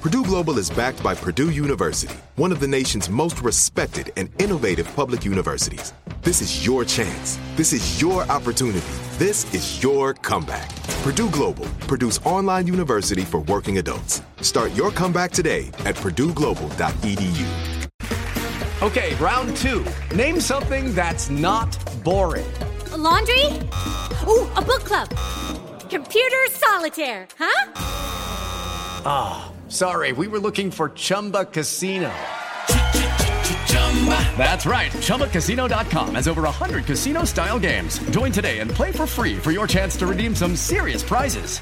Purdue Global is backed by Purdue University, one of the nation's most respected and innovative public universities. This is your chance. This is your opportunity. This is your comeback. Purdue Global, Purdue's online university for working adults. Start your comeback today at purdueglobal.edu. Okay, round two. Name something that's not boring. A laundry? Ooh, a book club. Computer solitaire, huh? Ah, oh, sorry, we were looking for Chumba Casino. That's right. ChumbaCasino.com has over 100 casino style games. Join today and play for free for your chance to redeem some serious prizes.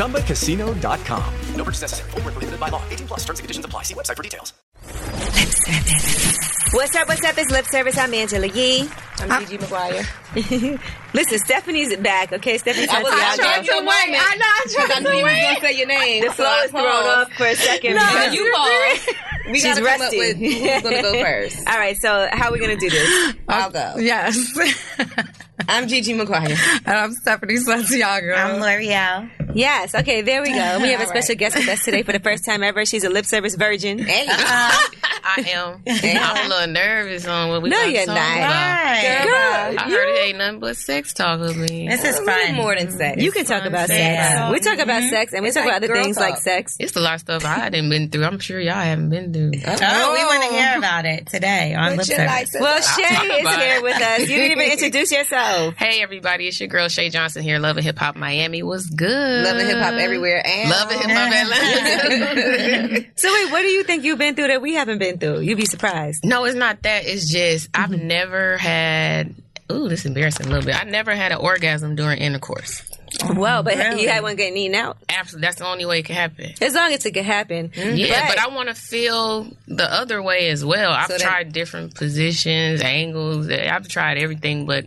ChumbaCasino.com. No purchase necessary. Forward, prohibited by law. 18 plus terms and conditions apply. See website for details. Lip service. What's up? What's up? It's lip service. I'm Angela Yee. I'm, I'm Gigi McGuire. Listen, Stephanie's back. Okay, Stephanie. I was I trying to wait. I know. I tried to wait. I knew you was gonna say your name. The flow is thrown off for a second. no, you pause. We She's gotta resting. come up with who's gonna go first. All right, so how are we gonna do this? I'll go. Yes. I'm Gigi McGuire. And I'm Stephanie Santiago. I'm L'Oreal. Yes, okay, there we go. We have a special right. guest with us today for the first time ever. She's a lip service virgin. Hey. Uh-huh. I am. Hey, I'm a little nervous on what we No, you're not. Right. Girl, I heard it ain't nothing but sex talk with me. This is fun. more than sex. You can talk about sex. Yeah. We talk about mm-hmm. sex and we it's talk like about other things talk. like sex. It's a lot of stuff I didn't been through. I'm sure y'all haven't been through. Oh, oh we want to hear about it today on Lip Service. Well, Shay is here with us. You didn't even introduce yourself. Hey, everybody. It's your girl, Shay Johnson here. Love and Hip Hop Miami. What's good? Love and Hip Hop everywhere. And Love and Hip Hop Atlanta. so, wait, what do you think you've been through that we haven't been through? You'd be surprised. No, it's not that. It's just mm-hmm. I've never had ooh, this is embarrassing a little bit. I never had an orgasm during intercourse. Well, but really? you had one getting eaten out. Absolutely, that's the only way it can happen. As long as it can happen. Mm-hmm. Yeah, but, but I want to feel the other way as well. I've so that- tried different positions, angles. eh, I've tried everything, but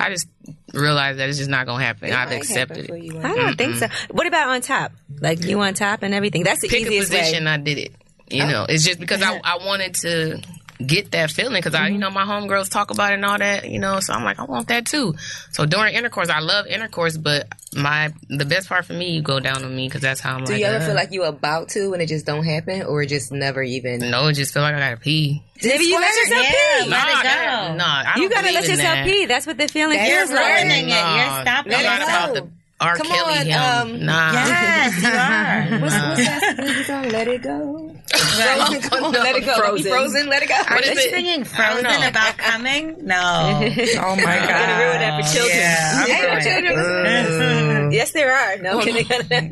I just realized that it's just not gonna happen. It I've accepted happen it. I don't Mm-mm. think so. What about on top? Like you on top and everything. That's the Pick easiest a position. Way. I did it. You oh. know, it's just because I, I wanted to get that feeling because I, you know, my homegirls talk about it and all that, you know. So I'm like, I want that too. So during intercourse, I love intercourse, but my the best part for me, you go down on me because that's how I'm. Do like, you ever uh, feel like you about to and it just don't happen, or just never even? No, it just feel like I gotta pee. Maybe you let yourself yeah, pee. Nah, let it go. That, nah, you gotta let yourself that. pee. That's what the feeling you're feels like. You're it. You're stopping. I'm not about the R. Come Kelly on, him. Um, nah. Yes, you are. what's, what's that song? Let it go. Right. Come on, let it go. Frozen. Frozen. Let it go. Are you singing Frozen about coming? No. oh my god. You're gonna ruin that for children. Yeah, Ain't no children. yes, there are. No. and then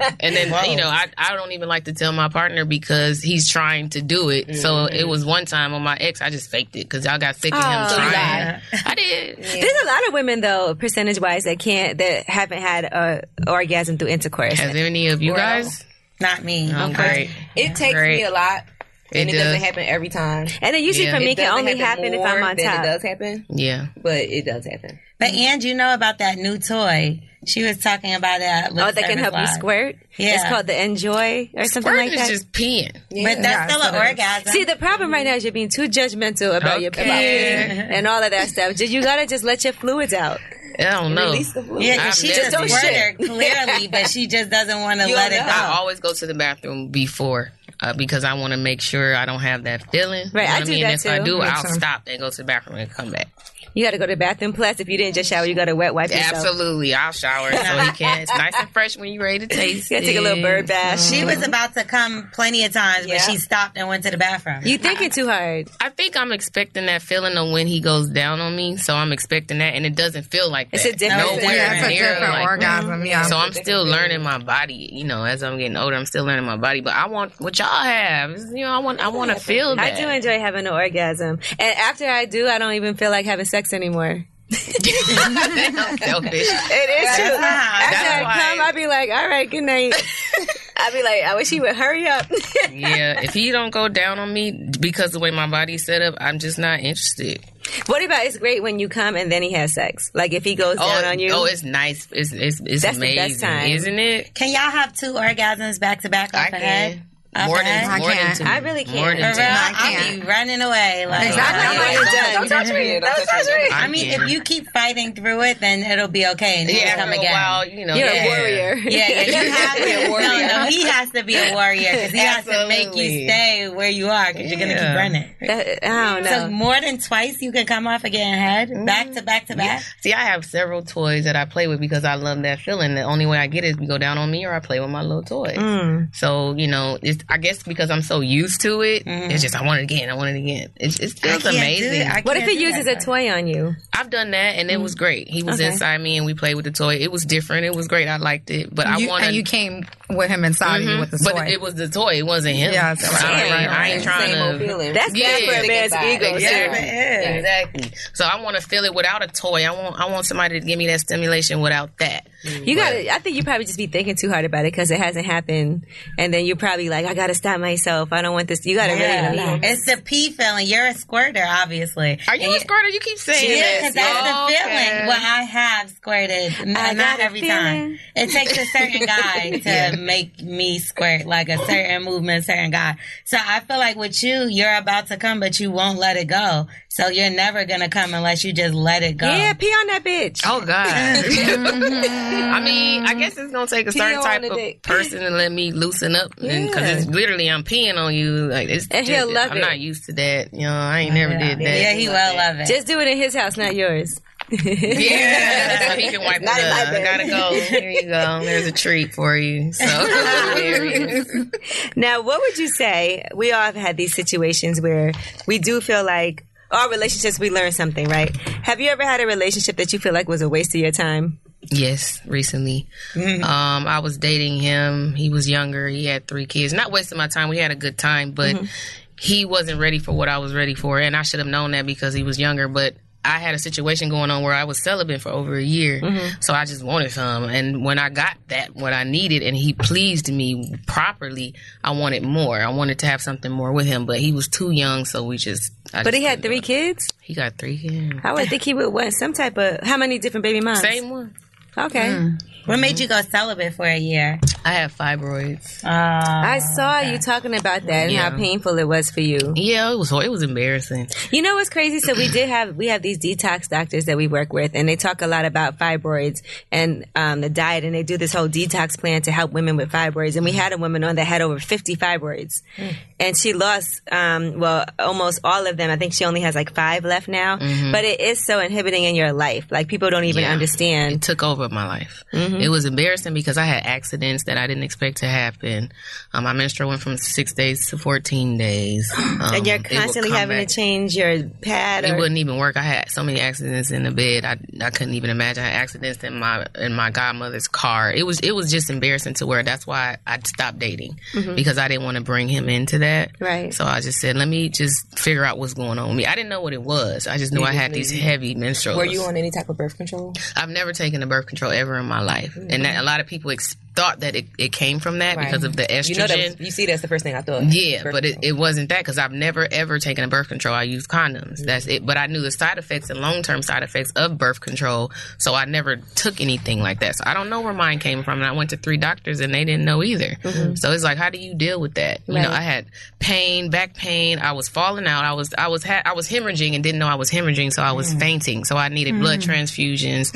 Whoa. you know, I I don't even like to tell my partner because he's trying to do it. Mm-hmm. So it was one time on my ex, I just faked it because y'all got sick of him oh, trying. Yeah. I did. Yeah. There's a lot of women though, percentage wise, that can't that haven't had a orgasm through intercourse. Has any of you well, guys? Not me. I'm okay. It takes great. me a lot. And it, it does. not happen every time. And then usually Yeah. for me, it can doesn't only happen, if more I'm on than top. It does happen, Yeah. but it does happen. But and you know about that new toy. She was talking about that. Oh, that can help you squirt. Yeah. It's called the enjoy or something Squirting like that. is just peeing. But that's still an orgasm. See, the problem right now is you're being too judgmental about your Okay. about and all of that stuff. Just- You gotta just let your fluids out. I don't know. Release the fluid. yeah, I've 'cause she's never a done squirter, clearly, but she just doesn't want to You let it don't go. know. Oh. I always go to the bathroom before uh, because I want to make sure I don't have that feeling. You Right, know I what do mean? that if I too. do, Me I'll too. stop and go to the bathroom and come back. You got to go to the bathroom. Plus, if you didn't just shower, you got to wet wipe yourself. Absolutely, I'll shower so he can. It's nice and fresh when you're ready to taste. You got to take a little it. bird bath. Mm-hmm. She was about to come plenty of times, Yeah. but she stopped and went to the bathroom. You thinking too hard. I think I'm expecting that feeling of when he goes down on me, so I'm expecting that, and it doesn't feel like that. It's a different Nowhere feeling. Yeah, it's a near different like mm-hmm. orgasm. Yeah. So I'm still learning my body, you know. As I'm getting older, I'm still learning my body. But I want what y'all have. It's- You know, I want I want to feel that. I do enjoy having an orgasm, and after I do, I don't even feel like having sex anymore. I'm selfish. It is true. After I That's come, why- I be like, all right, good night. I be like, I wish he would hurry up. Yeah, if he don't go down on me because the way my body's set up, I'm just not interested. what about it's great when you come and then he has sex? Like if he goes down on you. oh, it's nice. It's it's, it's That's the best amazing, time. isn't it? Can y'all have two orgasms back to back off I the can. head? Off More the than, head? more than can't. two. I really can't. More than For two. real, I I'll be running away. Like, Exactly. like, Yeah. Don't touch me. Don't touch me. I mean, if you keep fighting through it, then it'll be okay. And yeah, it'll come for a again. while, you know, You're yeah. a warrior. Yeah, yeah, you have to be a warrior. No, no, he has to be a warrior because he has to make Absolutely. you stay where you are because you're gonna Yeah. keep running. That- I don't So know. more than twice, you can come off again head back to back to back. See, I have several toys that I play with because I love that feeling. The only way I get it is to go down on me or I play with my little toy. So, you know, it's, I guess because I'm so used to it, it's just I want it again, I want it again. It's, it feels I can't do amazing. it. I What if can't he do uses a that. toy on you? I've done that and it was great. He was Okay. inside me and we played with the toy. It was different. It was great. I liked it. But I You, want and you came with him inside Mm-hmm. of you with the But toy. it was the toy. It wasn't him. Yeah, so- So I, ain't- right, I ain't trying Same old to. feeling. That's Yeah. bad for a man's ego. Exactly. too. Exactly. So I want to feel it without a toy. I want I want somebody to give me that stimulation without that. You gotta. I think you probably just be thinking too hard about it because it hasn't happened, and then you're probably like, I gotta stop myself. I don't want this. You gotta Yeah. really relax. It's the pee feeling. You're a squirter, obviously. Are you a squirter? You keep saying Yeah, this. because that's the Okay. feeling. Well, I have squirted. N- I got not a every feeling. time. It takes a certain guy to make me squirt, like a certain movement, certain guy. So I feel like with you, you're about to come, but you won't let it go. So you're never going to come unless you just let it go. Yeah, pee on that bitch. Oh God! I mean, I guess it's gonna take a Mm-hmm. Pee certain on type the of dick. person to let me loosen up, because Yeah. it's literally I'm peeing on you. Like it's, And he'll love I'm it. not used to that. You know, I ain't never did that. Yeah, he will love it. Just do it in his house, not yours. Yeah, so he can wipe it Not in my up. I gotta bed. go. Here you go. There's a treat for you. So there it is. Now, what would you say? We all have had these situations where we do feel like our relationships, we learn something, right? Have you ever had a relationship that you feel like was a waste of your time? Yes, recently. Mm-hmm. Um, I was dating him. He was younger. He had three kids. Not wasting my time. We had a good time, but Mm-hmm. he wasn't ready for what I was ready for, and I should have known that because he was younger. But I had a situation going on where I was celibate for over a year, Mm-hmm. so I just wanted some. And when I got that, what I needed, and he pleased me properly, I wanted more. I wanted to have something more with him, but he was too young, so we just. I But just he had couldn't three do it. kids. He got three kids. I would think he would want some type of how many different baby moms? Same one. Okay, what made you go celibate for a year? I have fibroids. I saw you talking about that and how Yeah. painful it was for you. Yeah, it was it was embarrassing. You know what's crazy? So we did have we have these detox doctors that we work with, and they talk a lot about fibroids and um, the diet, and they do this whole detox plan to help women with fibroids. And we had a woman on that had over fifty fibroids, Hmm. and she lost um, well almost all of them. I think she only has like five left now. But it is so inhibiting in your life. Like people don't even Mm-hmm. Yeah. It understand. took over my life. Mm-hmm. It was embarrassing because I had accidents that I didn't expect to happen. Um, my menstrual went from six days to fourteen days, Um, And you're it would constantly come having back. to change your pad. It or- wouldn't even work. I had so many accidents in the bed. I, I couldn't even imagine. I had accidents in my in my godmother's car. It was it was just embarrassing to where that's why I stopped dating because I didn't want to bring him into that. Mm-hmm. Right. So I just said, let me just figure out what's going on with me. I didn't know what it was. I just knew I had these heavy menstruals. on any type of birth control? I've never taken a birth control ever in my life, Mm-hmm. and that a lot of people ex- thought that it, it came from that because of the estrogen. you see, that's the first thing I thought. yeah, but it, it wasn't that because I've never ever taken a birth control. I used condoms. Mm-hmm. That's it. But I knew the side effects and long term side effects of birth control, so I never took anything like that. So I don't know where mine came from. And I went to three doctors and they didn't know either. So it's like, how do you deal with that? You know, Mm-hmm. Right. I had pain, back pain. I was falling out. I was I was ha- I was hemorrhaging and didn't know I was hemorrhaging, so I was fainting. So I needed blood transfusions.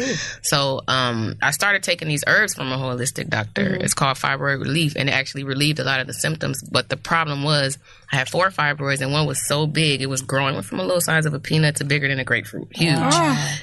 So um, I started taking these herbs from a holistic doctor doctor. It's called fibroid relief, and it actually relieved a lot of the symptoms. But the problem was, I had four fibroids, and one was so big it was growing. Went from a little size of a peanut to bigger than a grapefruit, huge.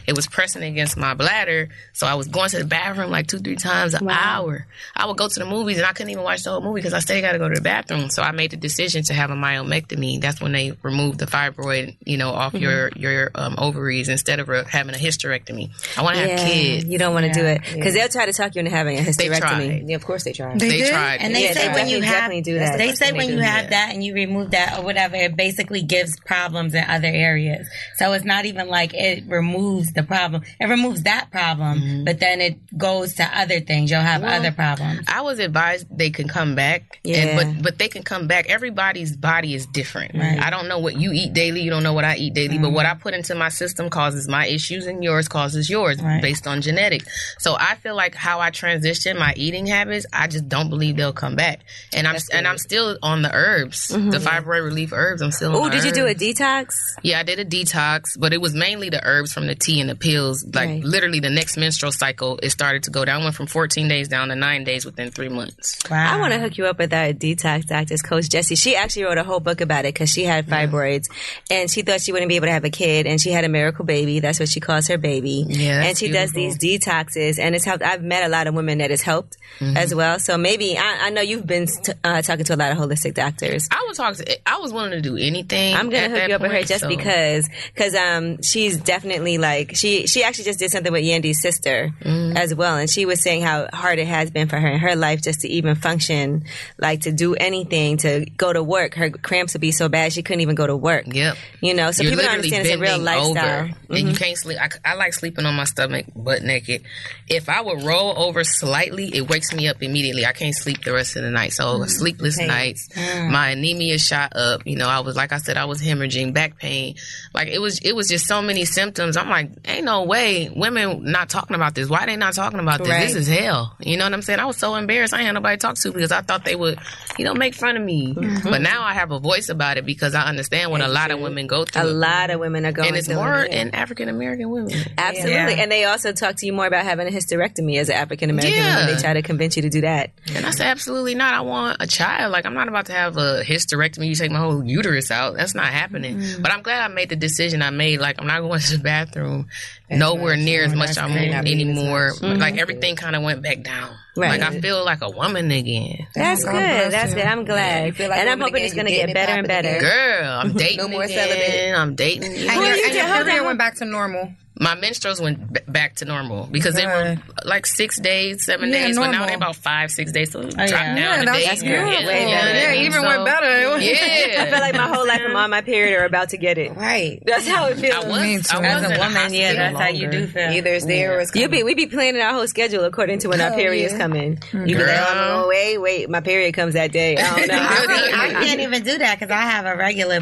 It was pressing against my bladder, so I was going to the bathroom like two, three times an hour. I would go to the movies, and I couldn't even watch the whole movie because I still got to go to the bathroom. So I made the decision to have a myomectomy. That's when they remove the fibroid, you know, off your your um, ovaries instead of uh, having a hysterectomy. I want to have kids. Mm, You don't want to do it because they'll try to talk you into having a hysterectomy. tried. Yeah, of course they try. They tried. And they Yeah, say they when you definitely- have definitely do that. they That's say what when they you do, have that and you remove that or whatever, it basically gives problems in other areas. So it's not even like it removes the problem. It removes that problem, Mm-hmm. but then it goes to other things. You'll have other problems. I was advised they can come back. Yeah. And, but but they can come back. Everybody's body is different. I don't know what you eat daily. You don't know what I eat daily. Mm. But what I put into my system causes my issues, and yours causes yours based on genetics. So I feel like how I transition my eating habits, I just don't believe they'll come back. And I'm and I'm still on the herbs, the fibroid relief herbs. I'm still. on Oh, the Mm-hmm. did you do a herbs. detox? Yeah, I did a detox, but it was mainly the herbs from the tea and the pills. Like Right. literally, the next menstrual cycle, it started to go down. I went from 14 days down to nine days within three months. I want to hook you up with our detox doctor's coach, Jessie. She actually wrote a whole book about it because she had fibroids and she thought she wouldn't be able to have a kid. And she had a miracle baby. That's what she calls her baby. Yeah, that's and she does these beautiful. Mm-hmm. detoxes and it's helped. I've met a lot of women that it's helped as well. So maybe, I, I know you've been t- uh, talking to a lot of holistic doctors. I would talk. To, I was willing to do anything. I'm gonna at hook that you up with her point, just so- because, because um, she's definitely like she she actually just did something with Yandy's sister Mm-hmm. as well, and she was saying how hard it has been for her in her life just to even function, like to do anything, to go to work. Her cramps would be so bad she couldn't even go to work. Yep. you know, so You're people don't literally understand it's a real bending lifestyle. over, and you can't sleep. I, c- I like sleeping on my stomach, butt naked. If I would roll over slightly, it wakes me up immediately. I can't sleep the rest of the night. So sleepless nights, my anemia shot up. You know, I was like I said, I was hemorrhaging, back pain. Like it was, it was just so many symptoms. I'm like, ain't no way women not talking about this. Why they not talking about this? Right. This is hell. You know what I'm saying? I was so embarrassed. I ain't had nobody to talk to because I thought they would, you know, make fun of me. But now I have a voice about it because I understand what a lot of women go A through lot of women are going and it's through it. more in African American women. Absolutely. And they also talk to you more about having a hysterectomy as an African American Yeah. woman. They try to convince you to do that. And I said, absolutely not. I want a child. Like I'm not about to have a hysterectomy. You take my whole uterus out. That's not happening. But I'm glad I made the decision I made. Like I'm not going to the bathroom nowhere near as much I'm anymore. Like everything kind of went back down. Right. Like I feel like a woman again. That's good. That's good. I'm glad. like and a I'm woman hoping it's again, going to you get dating better and better. popping Girl, I'm dating No more again. celibate. I'm dating. And your- again. and your period went back to normal. my menstruals went b- back to normal because they were like six days, seven Yeah, days, but now normal. they're about five, six days. So it dropped yeah. down a that's day. good. Way better. Yeah, it even went better. Yeah, I feel like my whole life I'm on my period or about to get it. Right. That's how it feels. I was, I was too. As As in a the woman, yeah, hospital. that's how you do feel. Either it's there or it's You coming. be we be planning our whole schedule according to when our period's coming. You be like, oh, no, wait, wait, my period comes that day. I don't I, know. really- I can't even do that because I have a regular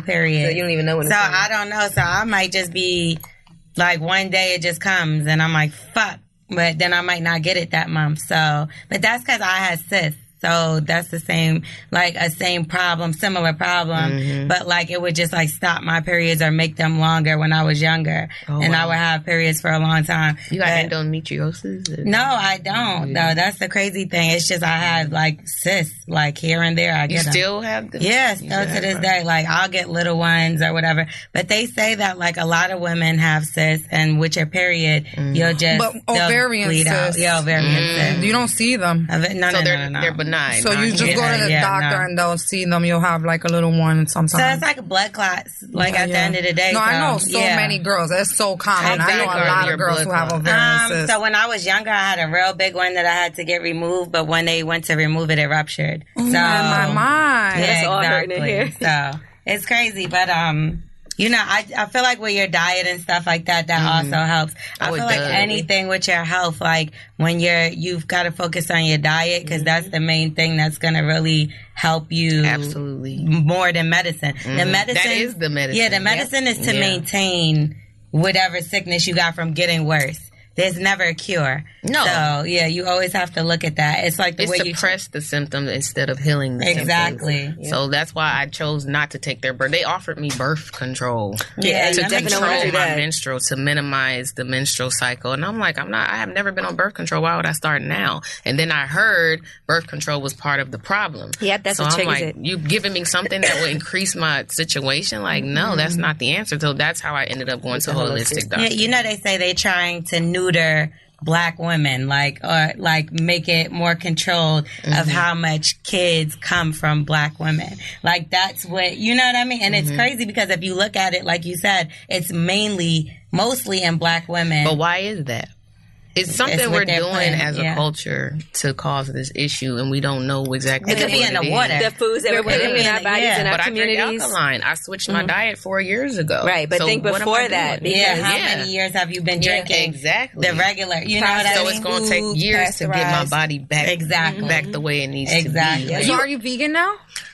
So period. you don't even know when So it's coming. I don't know. So I might just be like one day it just comes and I'm like, fuck. But then I might not get it that month. So, but that's because I had cysts. So that's the same, like a same problem, similar problem, Mm-hmm. but like it would just like stop my periods or make them longer when I was younger, and I would have periods for a long time. Oh, You got But- endometriosis? no, I don't. No, that's the crazy thing. It's just I have like cysts, like here and there. I You get 'em. still have the Yes, still to this day, like I'll get little ones or whatever. But they say that like a lot of women have cysts, and with your period, Mm. you'll just But they'll ovarian bleed out. cysts. Yeah, ovarian cysts. You don't see them. Of it- No, So no, they're no, no, no. they're benign. So you non- just go to the Yeah, doctor no. and they'll see them. You'll have like a little one So sometimes. it's like blood clots. Oh, Like Yeah, at the yeah. end of the day, No, I so, know so yeah. many girls. That's so common. I know Exactly. a lot Your of girls blood who have clot. ovarian Um, cysts. so when I was younger, I had a real big one that I had to get removed. But when they went to remove it, it ruptured. so my mind. um, Yeah, It's all hurting in exactly. so it's crazy, but um, you know, I I feel like with your diet and stuff like that, that also helps. I Oh, it feel like does. anything with your health, like when you're you've got to focus on your diet because Mm-hmm. that's the main thing that's gonna really help you absolutely. Mm-hmm. more than medicine. The medicine That is the medicine. Yeah, the medicine is to Yeah. maintain whatever sickness you got from getting worse. there's never a cure. No. So yeah, you always have to look at that. It's like the It way you suppressed the symptoms instead of healing the Exactly. symptoms. So that's why I chose not to take their birth. They offered me birth control. Yeah, to you definitely control wanna my do that. menstrual, to minimize the menstrual cycle. And I'm like, I'm not, I have never been on birth control. Why would I start now? And then I heard birth control was part of the problem. Yep, that's so what I'm triggers like, it. you giving me something that will increase my situation? Like, no, that's not the answer. So that's how I ended up going to holistic doctor. Mm-hmm. Yeah, you know they say they're trying to neuter black women, like or like make it more controlled Mm-hmm. of how much kids come from black women. Like that's what you know what I mean. And Mm-hmm. it's crazy because if you look at it, like you said, it's mainly mostly in black women. But why is that? It's something what we're they're doing playing, as yeah. a culture to cause this issue, and we don't know exactly. it could be what in the is. water. The foods that we're putting in our bodies Yeah. and our But I drink communities. alkaline. I switched my diet four years ago. Right, but So think what am I before that, doing? yeah, how Yeah. many years have you been Yeah, drinking exactly. the regular? You know what I mean. so it's going to take years to get my Pasteurized. body back Exactly. back the way it needs Exactly. to be. So are you vegan now?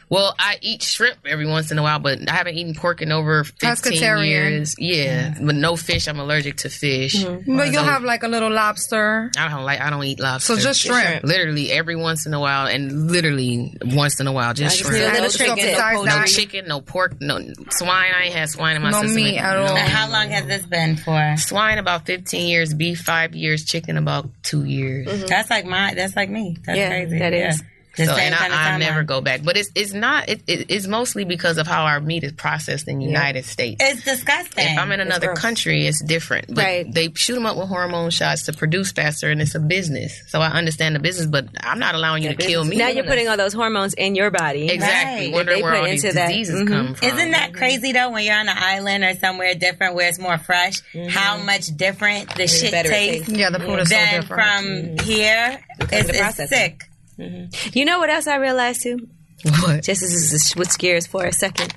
Well, I eat shrimp every once in a while, but I haven't eaten pork in over fifteen Pescatarian. years. Yeah, but no fish. I'm allergic to fish. But you'll have like a little lobster. I don't like. I don't eat lobster. So just shrimp. Literally every once in a while, and literally once in a while, just just shrimp. need a little So trinket. besides No that, chicken, no pork, no swine. I ain't had swine in my No system. meat at No. all. And how long has this been for? Swine about fifteen years, beef five years, chicken about two years. That's like my. That's like me. That's Yeah, crazy. that yeah. is. The So, Mm-hmm. same and kind of I, I timeline. never go back. But it's it's not. It, it, it's mostly because of how our meat is processed in the United States. It's disgusting. If I'm in another country, it's different. But Right. they shoot them up with hormone shots to produce faster, and it's a business. So I understand the business, but I'm not allowing you to kill me. Now you're putting all those hormones in your body. exactly Right. wondering They where put all these into that. diseases Mhm. come from. Isn't that crazy though? When you're on an island or somewhere different where it's more fresh, how much different the shit better it tastes? tastes. Yeah, the food is so than different. from here. It's, the it's processing. sick. You know what else I realized too? What? Just this is what scares for a second.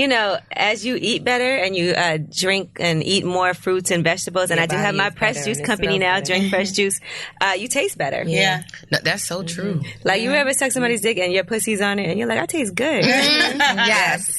You know, as you eat better and you uh, drink and eat more fruits and vegetables, and I do body have my is pressed better juice and it company smells now, better. drink fresh juice. Uh, you taste better. Yeah. No, that's so true. Like you ever suck somebody's dick and your pussy's on it, and you're like, I taste good. Yes.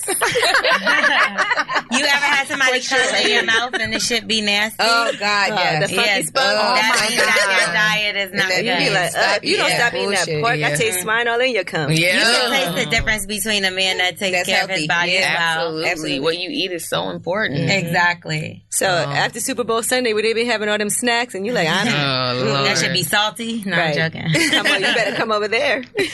You ever had somebody cut in your mouth and the shit be nasty? Oh, God, Uh, the yes. funky Yes. spot. Oh, that my means that God. your diet is not then good. you You be like, uh, Stop you don't eating stop that eating that bullshit, pork. I yeah. taste swine all in your cum. Yeah. you can taste the difference between a man that takes That's care of healthy. his body Yeah, well. Absolutely. What you eat is so important. Mm-hmm. Exactly. So after Super Bowl Sunday, would they be having all them snacks? And you're like, I don't. Oh, Lord. That should be salty. No, Right. I'm joking. Come on, you better come over there. I was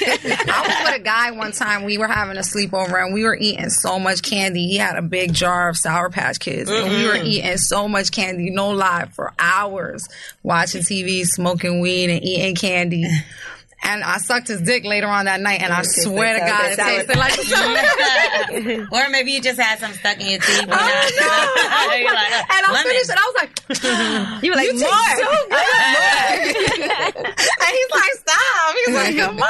with a guy one time. We were having a sleepover and we were eating so much candy. He had a big jar of Sour Patch Kids. And we were eating so much candy, no lie, for hours, watching TV, smoking weed, and eating candy. And I sucked his dick later on that night, and I swear to like God, it sour- tasted like sour or maybe you just had some stuck in your teeth. Oh, And I finished it. I was like, You were like, more. and he's like, stop. He's like, come on.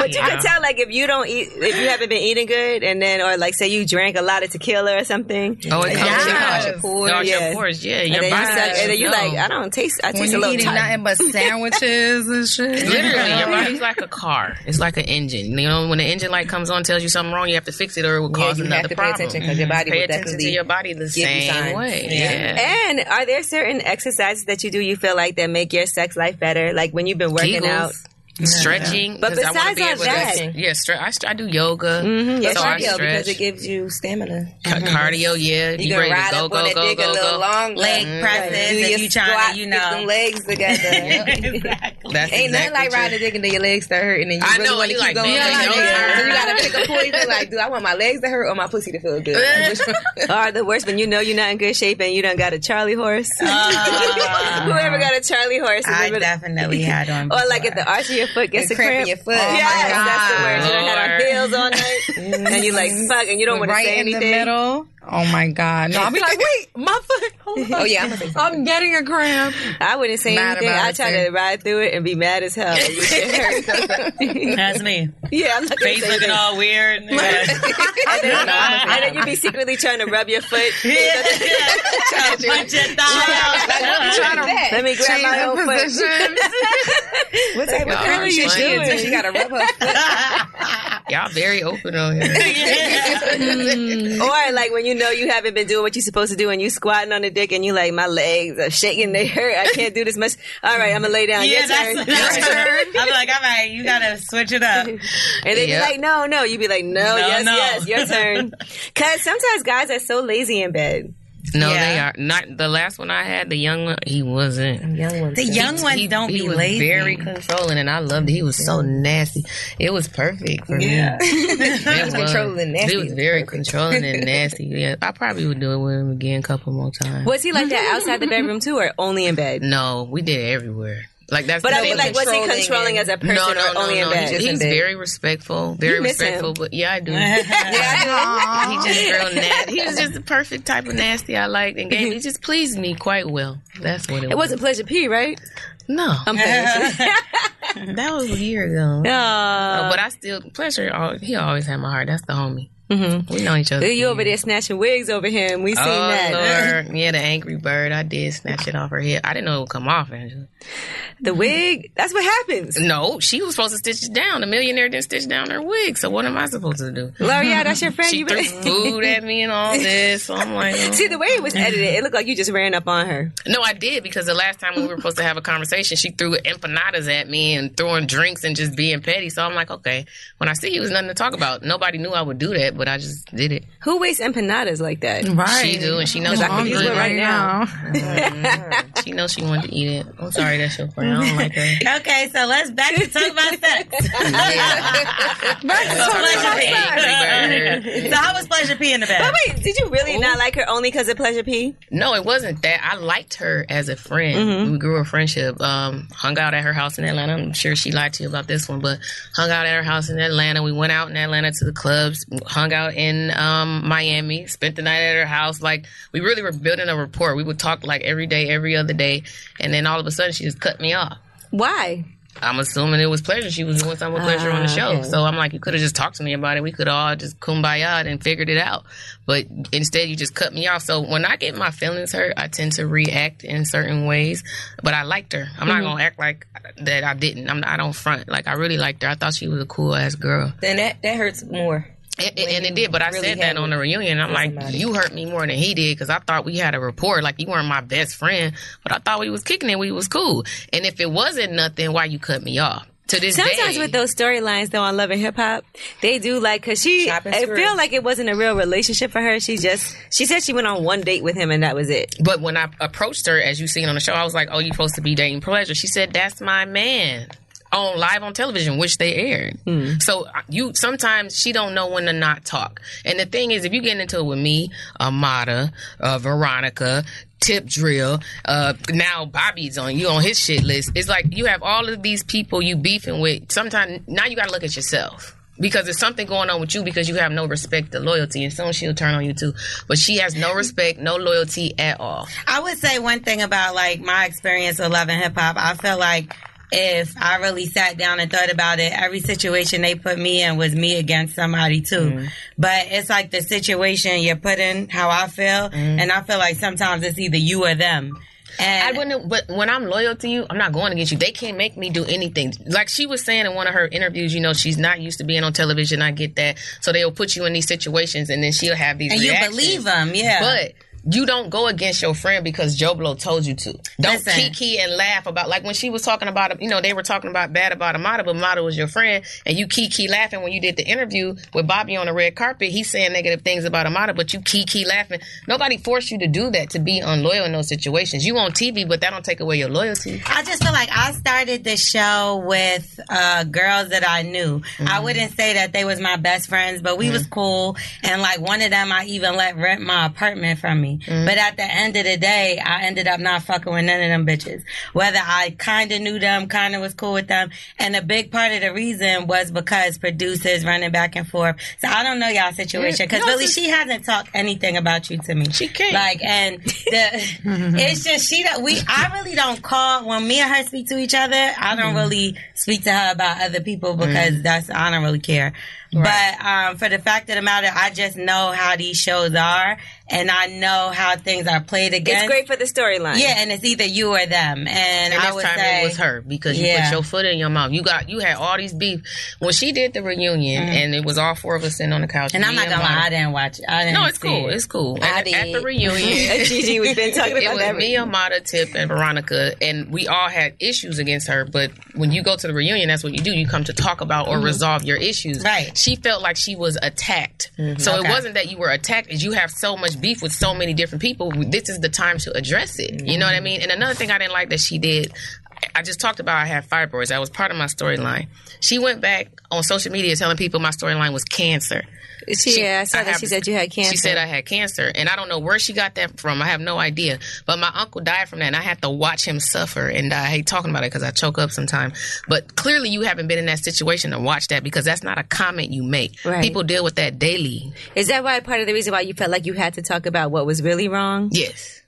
But you can tell, like, if you don't eat, if you haven't been eating good, and then, or like, say you drank a lot of tequila or something, Oh, it comes Yes. to pores. Gosh, your Yes. pores. Yeah, and your then, you body. suck, and then you're no. like, I don't taste, I When taste a you little eating tight. nothing but sandwiches and shit. Literally, your body's like a car. It's like an engine. You know, when the engine light comes on, tells you something wrong, you have to fix it, or it will Yeah, cause you another have to pay problem. Mm-hmm. attention because your body Pay will attention to definitely your body the you same signs. way. Yeah. Yeah. And are there certain exercises that you do you feel like that make your sex life better? Like when you've been working Giggles, out, Stretching, But 'cause I besides wanna be all able that- to, yeah, stre- I, st- I do yoga, Mm-hmm. Yeah, so I cardio stretch, because it gives you stamina. Ca- cardio, yeah, you, You can ready to ride go, up on go, that go, dick a go, little go. longer. Leg presses Do if your you squat, trying to, you get them know. legs together. That's Ain't nothing exactly like true. riding a dick and then your legs start hurting and you I really know, want to you keep like, going. man, so I you- know. so you gotta pick a poison. Like, do I want my legs to hurt or my pussy to feel good? Which one? or the worst when you know you're not in good shape and you done got a Charlie horse. Ah. Whoever got a Charlie horse, I remember- definitely had one. or like if the arch of your foot gets The a cramp in cramp your foot. Oh, my Yes, God. that's the worst. You done had on Lord. heels all night, and you like fuck, and you don't want to Mm-hmm. right say in anything. the middle. Oh my god! No, I'll be like, wait, my foot. Hold on. Oh yeah, I'm gonna say something. I'm getting a cramp. I wouldn't say Mad anything. about I it, try too. to ride through it and be mad as hell. That's me. yeah, I'm not gonna Face say looking anything. all weird. And then, and then you be secretly trying to rub your foot. Punch your thigh. Let me grab my own foot. What type of Y'all crap are is she funny. doing? She gotta rub her foot. Y'all very open on here. Or like when you know you haven't been doing what you're supposed to do and you squatting on the dick and you like my legs are shaking, they hurt. I can't do this much. All right, I'm gonna lay down. yeah, Your turn. that's, that's true. I'm like, all right, you gotta switch it up. And they'd Yeah. be like, no, no. You'd be like, no, yes, no. yes, your turn. Because sometimes guys are so lazy in bed. No, Yeah. they are not. The last one I had, the young one, he wasn't. Young ones. The young ones he, don't he be was lazy. very controlling, and I loved. it. He was so nasty. It was perfect for yeah. me. It was controlling and nasty He was is very controlling and nasty. Yeah, I probably would do it with him again a couple more times. Was he like Mm-hmm. that outside the bedroom too, or only in bed? No, we did it everywhere. Like that's. But the I mean, thing. like, was he Controlling controlling as a person no, no, or no, only no. in bed? He's, he's very respectful, very miss him. respectful. But yeah, I do. he just real nasty. He was just the perfect type of nasty I liked, and gave, he just pleased me quite well. That's what it, It wasn't pleasure P, right? No, I'm playing. that was a year ago. Aw. Uh, but I still pleasure. al- He always had my heart. That's the homie. Mm-hmm. We know each other. You over there snatching wigs over him. We seen Oh that. Lord, yeah, the angry bird. I did snatch it off her head. I didn't know it would come off, Angela. The wig. That's what happens. No, she was supposed to stitch it down. The millionaire didn't stitch down her wig. So what am I supposed to do? L'Oreal, that's your friend. She you threw food at me and all this. So I'm like, oh. See the way it was edited, it looked like you just ran up on her. no, I did because the last time we were supposed to have a conversation, she threw empanadas at me and throwing drinks and just being petty. So I'm like, okay. When I see you, was nothing to talk about. Nobody knew I would do that, but I just did it. Who wastes empanadas like that? Right. She do, and she knows I I'm could use hungry one right now. She knows she wanted to eat it. I'm sorry, that's your friend. I don't like that. Okay, so let's back to talk about sex. Angry Bird. so how was pleasure P in the bed? But wait, did you really not like her only because of Pleasure P? No, it wasn't that. I liked her as a friend. Mm-hmm. We grew a friendship. Um, hung out at her house in Atlanta. I'm sure she lied to you about this one, but hung out at her house in Atlanta. We went out in Atlanta to the clubs. Hung out in um, Miami. Spent the night at her house. Like we really were building a rapport. We would talk like every day, every other day, and then all of a sudden she just cut me off. Why? I'm assuming it was pleasure. She was doing something with pleasure on the show. So I'm like, you could have just talked to me about it. We could all just kumbaya and figured it out. But instead, you just cut me off. So when I get my feelings hurt, I tend to react in certain ways. But I liked her. I'm not gonna act like that I didn't. I'm, I don't front. Like I really liked her. I thought she was a cool ass girl. Then that, that hurts more. And, and- and it did, but I said that on the reunion. I'm like, you hurt me more than he did because I thought we had a rapport. Like you weren't my best friend, but I thought we was kicking it. We was cool. And if it wasn't nothing, why you cut me off? To this Sometimes day, with those storylines though on Love and Hip Hop, they do like because she. Chop and I screw. feel like it wasn't a real relationship for her. She just she said she went on one date with him and that was it. But when I approached her, as you seen on the show, I was like, "Oh, you supposed to be dating pleasure." She said, "That's my man." On live on television, which they aired. So uh, you sometimes she don't know when to not talk. And the thing is, if you get into it with me, Amada, uh, Veronica, Tip Drill, uh, now Bobby's on you on his shit list. It's like you have all of these people you beefing with. Sometimes now you got to look at yourself because there's something going on with you because you have no respect or loyalty and soon she'll turn on you too but she has no respect no loyalty at all I would say one thing about like my experience with love and hip hop. I feel like if I really sat down and thought about it, every situation they put me in was me against somebody too. Mm-hmm. But it's like the situation you're put in, how I feel, Mm-hmm. and I feel like sometimes it's either you or them. I And wouldn't, but when I'm loyal to you, I'm not going against you. They can't make me do anything. Like she was saying in one of her interviews, you know, she's not used to being on television. I get that. So they'll put you in these situations and then she'll have these and you reactions. believe them, yeah. But you don't go against your friend because Joe Blow told you to. Don't Listen. kiki and laugh about like when she was talking about you know they were talking about bad about Amada, but Amada was your friend, and you kiki laughing when you did the interview with Bobby on the red carpet. He's saying negative things about Amada, but you kiki laughing. Nobody forced you to do that to be unloyal in those situations. You on TV, but that don't take away your loyalty. I just feel like I started the show with uh, girls that I knew. I wouldn't say that they was my best friends, but we was cool. And like one of them, I even let rent my apartment from me. But at the end of the day, I ended up not fucking with none of them bitches. Whether I kind of knew them, kind of was cool with them, and a big part of the reason was because producers running back and forth. So I don't know y'all situation because really she hasn't talked anything about you to me. She can't. like, and the, it's just she don't. We I really don't call when me and her speak to each other. I don't really speak to her about other people because that's I don't really care. But um, for the fact of the matter, I just know how these shows are, and I know how things are played against. It's great for the storyline. Yeah, and it's either you or them. And, And I this would time say it was her because you Yeah. put your foot in your mouth. You got you had all these beef when she did the reunion, and it was all four of us sitting on the couch. Mm. And I'm me not gonna lie, Monica. I didn't watch it. I didn't No, it's see cool. it. It's cool. I At, at the did. reunion, Gigi, we've been talking it about was that. me, Amada, Tip, and Veronica, and we all had issues against her. But when you go to the reunion, that's what you do. You come to talk about or resolve your issues. Right. She felt like she was attacked. So it wasn't that you were attacked. Is you have so much beef with so many different people. This is the time to address it. You know what I mean? And another thing I didn't like that she did. I just talked about I had fibroids. That was part of my storyline. She went back on social media telling people my storyline was cancer. She, yeah, I saw I that have- she said you had cancer. She said I had cancer, and I don't know where she got that from. I have no idea. But my uncle died from that, and I had to watch him suffer. And I hate talking about it because I choke up sometimes. But clearly, you haven't been in that situation to watch that because that's not a comment you make. Right. People deal with that daily. Is that why part of the reason why you felt like you had to talk about what was really wrong? Yes.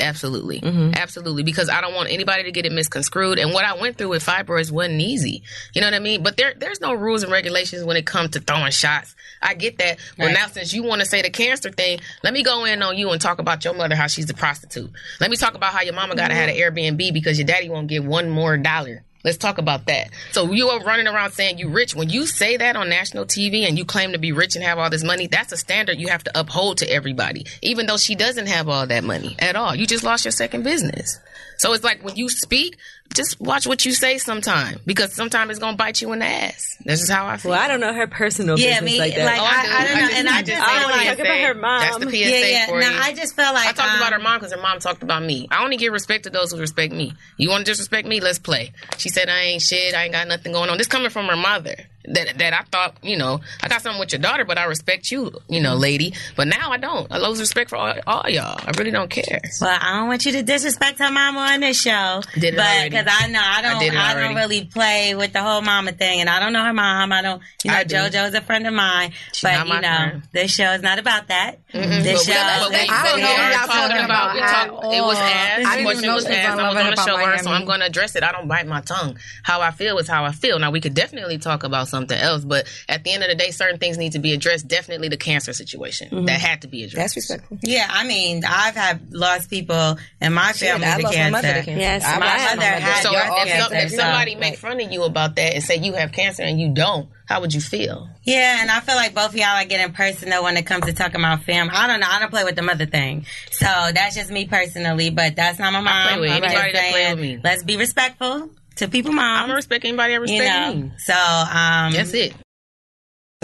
Absolutely. Absolutely. Because I don't want anybody to get it misconstrued. And what I went through with fibroids wasn't easy. You know what I mean? But there there's no rules and regulations when it comes to throwing shots. I get that. Well now since you want to say the cancer thing, let me go in on you and talk about your mother, how she's a prostitute. Let me talk about how your mama gotta have an Airbnb because your daddy won't get one more dollar. Let's talk about that. So you are running around saying you rich. When you say that on national TV and you claim to be rich and have all this money, that's a standard you have to uphold to everybody, even though she doesn't have all that money at all. You just lost your second business. So it's like when you speak, just watch what you say sometime because sometimes it's going to bite you in the ass. That's just how I feel. Well, I don't know her personal Yeah, business me, like that. like, Oh, I- I don't know. And I just say feel the like- PSA. Talk about her mom. That's the PSA Yeah, yeah. for you. No, I just felt like I talked um, about her mom because her mom talked about me. I only give respect to those who respect me. You want to disrespect me? Let's play. She said I ain't shit. I ain't got nothing going on. This coming from her mother. That that I thought you know I got something with your daughter, but I respect you, you know, lady. But now I don't. I lose respect for all, all y'all. I really don't care. Well, I don't want you to disrespect her mama on this show, Did it but already. because I know I don't, did it I, already. don't really play with the whole mama thing, and I don't know her mom. I don't, you know, I do. JoJo's a friend of mine, not but my you know, friend. this show is not about that. This But we- show, but we- is I but don't we know what are y'all talking about We at talked- It was all. asked. I didn't question even know was she was asked. I was loving on the about show her, so Miami. I'm going to address it. I don't bite my tongue. How I feel is how I feel. Now we could definitely talk about something else, but at the end of the day, certain things need to be addressed. Definitely the cancer situation that had to be addressed. That's respectful. yeah, I mean, I've had lost people in my family I lost to my cancer. mother to cancer. Yes, I my lost mother had so your if, if some- if cancer, somebody so- make fun of you about that and say you have cancer and you don't, how would you feel? Yeah, and I feel like both of y'all are getting personal when it comes to talking about fam. I don't know. I don't play with the mother thing, so that's just me personally. But that's not my mom. play with I'm just anybody that play saying, with me. Let's be respectful to people, I'm mom. gonna respect anybody that you respect know. me. So um, That's it.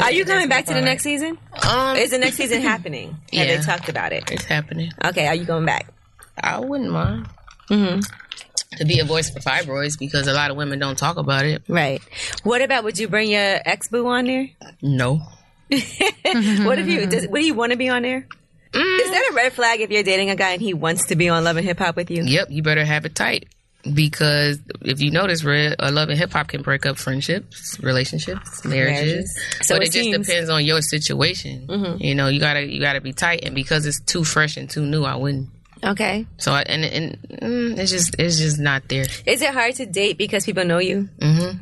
Are you coming back to the next season? Um, Is the next season happening? Have Yeah. they talked about it? it's happening. Okay, are you going back? I wouldn't mind. To be a voice for fibroids because a lot of women don't talk about it. Right. What about would you bring your ex boo on there? No. What if you? Does, would you want to be on there? Is that a red flag if you're dating a guy and he wants to be on Love and Hip Hop with you? Yep, you better have it tight because if you notice, red, uh, love and hip hop can break up friendships, relationships, marriages. So but it it, just seems. Mm-hmm. depends on your situation. You know, you gotta you gotta be tight, and because it's too fresh and too new, I wouldn't. Okay. So I, and and mm, it's just it's just not there Is it hard to date because people know you? Mm-hmm.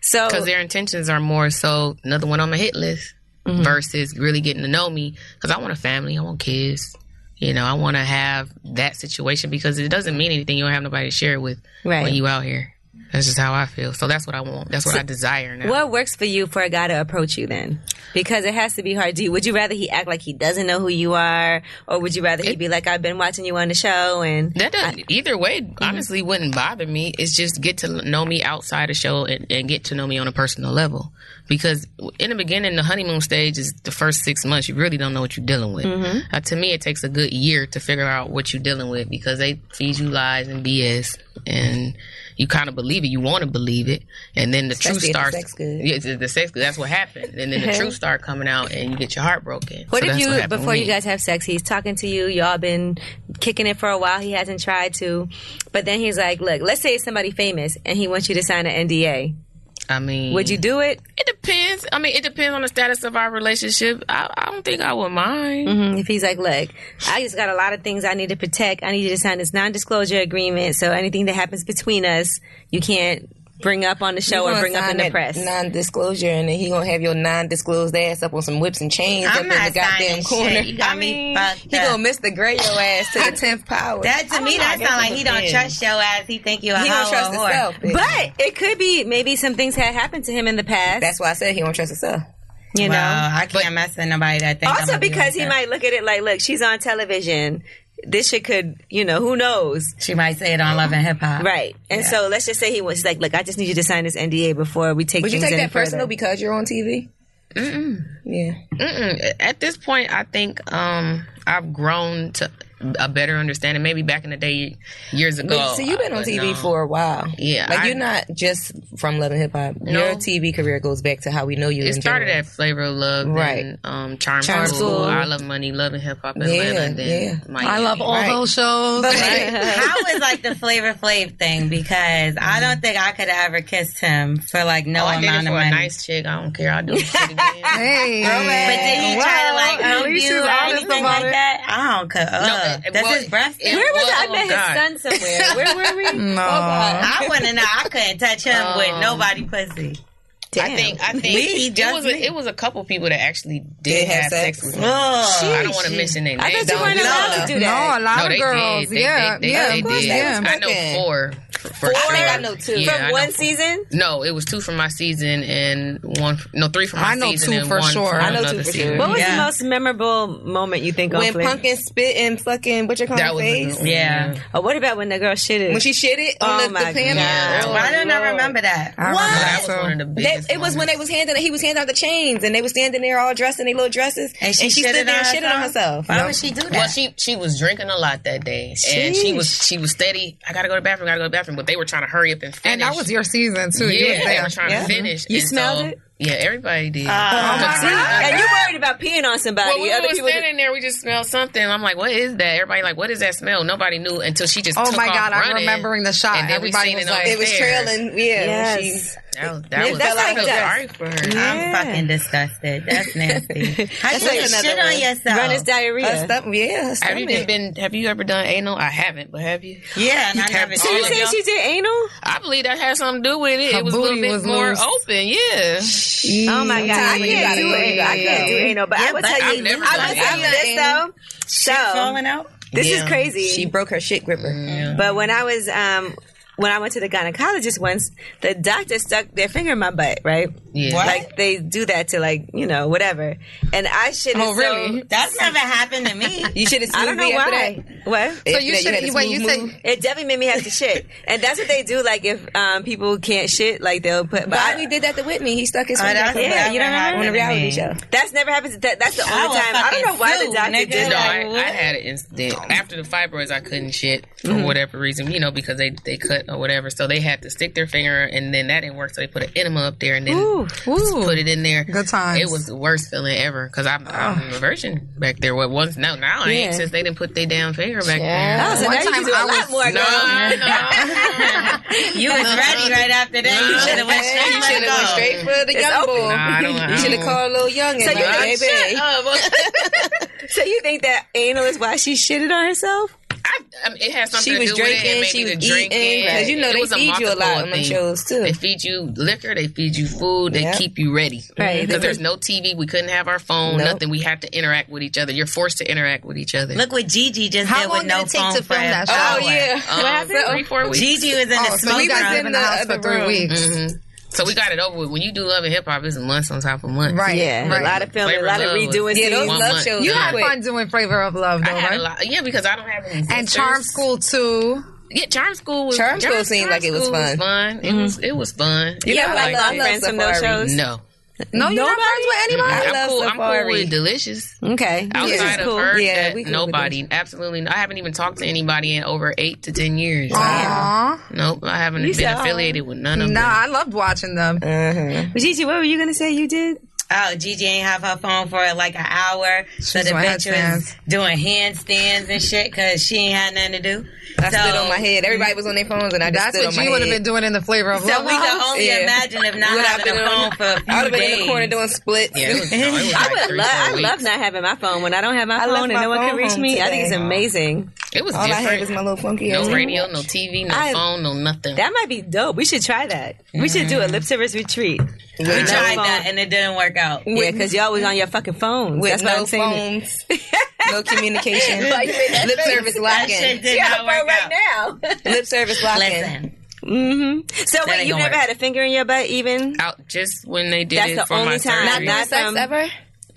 So because their intentions are more so another one on my hit list Mm-hmm. versus really getting to know me because I want a family, I want kids. You know, I want to have that situation because it doesn't mean anything. You don't have nobody to share it with Right. when you out here. That's just how I feel. So that's what I want. That's what I desire now. What works for you for a guy to approach you then? Because it has to be hard. Do you, would you rather he act like he doesn't know who you are, or would you rather he be like, "I've been watching you on the show"? And That doesn't, either way, honestly, wouldn't bother me. It's just get to know me outside the show and, and get to know me on a personal level. Because in the beginning, the honeymoon stage is the first six months. You really don't know what you're dealing with. Mm-hmm. Uh, to me, it takes a good year to figure out what you're dealing with because they feed you lies and BS, and you kind of believe it. You want to believe it, and then the truth Especially if the starts. sex good. Yeah, the- the sex. That's what happened, and then the truth start coming out, and you get your heart broken. what So if that's you happened with before you me. guys have sex, he's talking to you, y'all been kicking it for a while, he hasn't tried to, but then he's like, "Look, let's say it's somebody famous, and he wants you to sign an NDA. I mean, Would you do it It depends. I mean, it depends on the status of our relationship. I, I don't think I would mind. Mm, if he's like, "Look, I just got a lot of things I need to protect. I need you to sign this non-disclosure agreement, so anything that happens between us, you can't." bring up on the show or gonna bring up in sign the that press. Non-disclosure, and then he gonna have your non-disclosed ass up on some whips and chains up I'm in not the goddamn signing corner. shit. You got I me mean, fucked he up. gonna miss the gray your ass to the tenth power. That I to don't me, know, that I guess sound it's like he a don't thing. trust your ass. He think you a He hoe don't trust or whore. himself. bitch. But it could be maybe some things had happened to him in the past. that's why I said he don't trust himself. you know. Well, I can't mess with nobody that thinks. also because he might look at it like, look, she's on television. This shit could, you know, who knows, She might say it on Love and Hip Hop. right? And so let's just say he was like, look, I just need you to sign this NDA before we take. Would you things take any that personal further. because you're on TV? Mm-mm. Yeah. Mm-mm. At this point, I think um, I've grown to a better understanding. Maybe back in the day, years ago. But, so you've been on Oh, but TV no. for a while. Yeah, Like I- you're not just from Love and Hip Hop. No. Your TV career goes back to how we know you. It in started general. at Flavor of Love, Right. Then, um, Charm, Charm School, School. I Love Money, Love and Hip Hop Atlanta, Yeah, then yeah. Miami. I love all Right. those shows. How is like the Flavor Flav thing? Because I don't think I could have ever kissed him for like no Mm-hmm. Oh, I did it amount for of a money. nice chick. I don't care. I'll do it again. hey, but did he try to like Well, at hump least you she's or honest anything about like it. that? I don't care. Ugh. it- That's well, his breath. it- Where was I? I Oh, met his God. son somewhere. Where were we? no. I want to know. I couldn't touch him Um, with nobody pussy. I think I think Me, it just was a, me. it was a couple people that actually Did did have have sex, sex. with me. Ugh. I don't want to mention their names. I thought you weren't No, allowed to do that. No, a lot no, of they girls. did. They, yeah, they, they, yeah, they yeah. did. I know four. For, for I sure. think I know two. Yeah, I From know one four. season. No, it was two from my season and one. No, three from my I know season two and for one sure. from I know two another for sure. season. What was Yeah. the most memorable moment you think when on Flavor? Pumpkin spit in fucking what you call That her was a good face. one. Yeah. Or Oh, what about when the girl shitted? When she shit it on Oh the, my the panel. God. Oh, Why don't I Lord. remember that? I remember That that was too. one of the They, biggest. it was when they was handing he was handing out the chains and they was standing there all dressed in their little dresses And she, stood shitted there on and shitted on herself. Why would she do that? Well, she she was drinking a lot that day, and she was she was steady. I gotta go to the bathroom. Gotta go to the bathroom. But they were trying to hurry up and finish. And that was your season too. You yeah. was They there. were trying to finish. You and smelled so, it? Yeah, everybody did. See? and you worried about peeing on somebody. Well, we Other were people did- standing there. We just smelled something. I'm like, "What is that?" Everybody like, "What is that smell?" Nobody knew until she just. Oh took my off God, I'm running, remembering the shot. And then Everybody we seen was it, like- on It was stairs. trailing, yeah. Yes. when she- That was, that was that's I like feel that. sorry for her. I'm fucking disgusted. That's nasty. How you like gonna another shit on one. yourself? Run is diarrhea. her stomach, yeah, her Have you stomach. been? Have you ever done anal? I haven't, but have you? yeah, and I never. So you did. say she did anal? I believe that had something to do with it. Her it was a little booty bit was more loose. open. Yeah. Oh my god, I can't do it. I can't do anal. But I would but tell I've you, never I would done tell you this though. So falling out. this is Yeah. crazy. Mm. She broke her shit gripper. but when I was um when I went to the gynecologist once, the doctor stuck their finger in my butt. Right? Yeah. What? Like they do that to like you know whatever. And I should. Oh, really? That's never happened to me. You should have I don't know after why. that. What? So After you that, should. had You a wait, you smooth move. said. It definitely made me have to shit, and that's what they do. Like if um, people can't shit, like they'll put. But I- Bobby did that to Whitney. He stuck his Oh, finger that's up her never butt you don't remember? happened on a to reality me. show. that's never happened. That, that's the only I was time. I don't know why fucking the doctor sued, did nigga. No, that. I, I had an incident after the fibroids. I couldn't shit for Mm-hmm. whatever reason, you know, because they they cut or whatever. So they had to stick their finger, and then that didn't work. So they put an enema up there, and then just ooh. put it in there. Good times. It was the worst feeling ever because I'm, I'm a virgin back there. What once now now I ain't Yeah. since they didn't put their damn finger back Oh, so One now you time can do I a was- lot more, there. girl. No, no, You was ready right after that. You should have went straight. You for should the have went goal. straight for the young open. boy. Oh. Nah, I don't- I you should have don't- called little young. So you like, think- baby. So you think that anal is why she shitted on herself? I, I mean, it has something She to was do with it. drinking, Maybe she the was drinking. eating, 'cause you know It they was feed you a lot multiple on them thing. shows, too. They feed you liquor, they feed you food, they Yeah. keep you ready. Right, they Because there's no TV, we couldn't have our phone, Nope. nothing. We had to interact with each other. You're forced to interact with each other. Look what Gigi just How did long with did no it take phone to film for that an show? hour. Oh yeah. um, three, four weeks. Gigi was in the Oh, so smoke we was room. in the house for other three room. weeks. Mhm. So we got it over with. When you do love and hip hop, it's months on top of months. Right. Yeah, Right. a lot of filming, a Flavor lot of Love was- redoing Yeah, those scenes. One love month. shows. You You are had quick. fun doing Flavor of Love, though, I had right? a lot. Yeah, because I don't have any. And sisters. Charm School too. Yeah, Charm School was Charm School seemed like it was School fun. It was it was fun. You Yeah, know, I love I love friends from those Safari. shows. No. No, you're not friends with anybody. I I'm love cool. I'm cool Safari. with Delicious. Okay, Outside of her, Yeah, that- we cool with nobody. Absolutely. not. I haven't even talked to anybody in over eight to ten years. Aw. Nope. I haven't been said, "Aw." affiliated with none of No, them. I loved watching them. Gigi, what were you gonna say? You did? Oh, Gigi ain't have her phone for like an hour. so was the doing bitch was handstands. doing handstands and shit because she ain't had nothing to do. I stood on my head. Everybody was on their phones, and I just That's stood what on my you would have head. been doing in the flavor of So love. we can house. only Yeah. imagine if not Would I having been a on- phone for a few I would have been in days. the corner doing splits. Yeah, it was, no, it was like I would three, love, four I love weeks. not having my phone when I don't have my I left phone and my no one phone can reach home me. I think it's today. amazing. It was All I different. had was my little funky ass no remote. radio, no TV, no I- phone, no nothing. That might be dope. We should try that. We should do a lip service retreat. We tried that and it didn't work out. Yeah, because y'all was on your fucking phones. with That's what no I'm saying. phones, no communication, lip service That locking, shit did not work out. now. lip service locking. Listen, Mm-hmm. so wait, ain't you gonna never work. had a finger in your butt even? out just when they did That's it the for my only time. surgery. Not Not sex um, ever.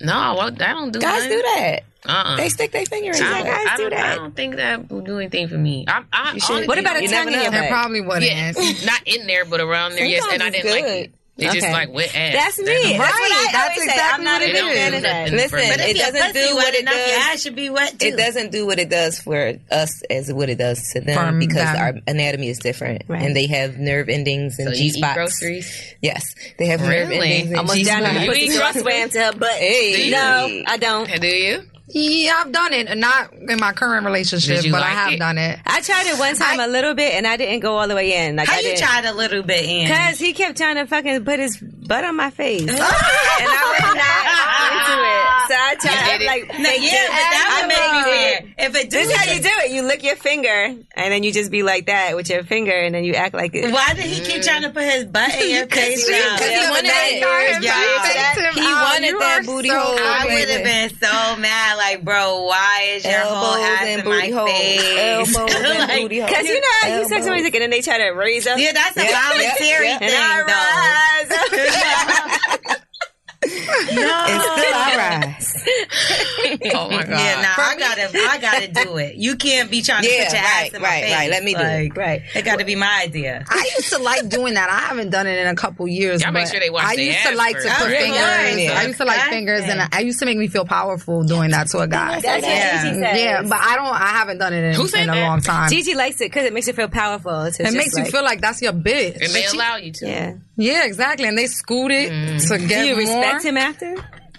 no, well, I don't do Guys nothing. do that. Uh-uh. They stick their finger in. I, your don't, butt. I, do don't, that. I don't think that will do anything for me. I, I, honestly, What about a You tongue never in your know. butt? It probably wouldn't. yeah, not in there, but around there, yes. And I Sometimes didn't it's like good. it. It's just Okay. like wet ass. That's me. That's Right. what I That's always say. I'm exactly not what a it big is. fan of that. Nothing. Listen, But it if your doesn't pussy do wet what it enough, Your does. ass should be wet too. It doesn't do what it does for us as what it does to them From because them. our anatomy is different, Right. and they have nerve endings and So you G eat spots. groceries? Yes, they have nerve Really? endings and Almost G down spots. and You put eat the groceries? crossband to her butt. Hey. No, I don't. Do you? Yeah, I've done it, not in my current relationship, Did you but I like have it? done it. I tried it one time a little bit and I didn't go all the way in. Like I How you didn't. tried a little bit in? Cause he kept trying to fucking put his butt on my face, and I was not into it. So I tried, I'm did it? like, No, fake yeah, but it. that would I'm make me like, weird. If it This do, is how you do it. You lick your finger, and then you just be like that with your finger, and then you act like it. why did he keep trying to put his butt in your face? Because he though? wanted Yeah. that. He Oh, wanted that booty hole. I would have been so mad, like, bro, why is your whole Elbows ass and in my booty holes. face? Elbows and Like, booty holes. Because you know how you suck Elbows. somebody's dick, and then they try to raise up. Yeah, that's a Yep, voluntary yep, yep. and thing, I rise. though. It's No. still all right. Oh my god. Yeah, nah, I gotta, I gotta do it. You can't be trying to Yeah, put your right, ass right, in my face. right. Let me do it. Like, Right, it gotta be my idea. I used to like doing that. I haven't done it in a couple years. Y'all make but sure they wash I their used ass to like to first. put Oh, yeah, fingers. yeah. I used to like Disgusting. fingers, and I, I used to make me feel powerful doing that to a guy. That's what Yeah. Gigi says. Yeah, but I don't. I haven't done it in, Who said in a that? long time. Gigi likes it because it makes you feel powerful. It's It just makes like- you feel like that's your bitch. And they allow Mm. you to. Yeah. Yeah, exactly. And they scoot it to get Do you more. respect him after?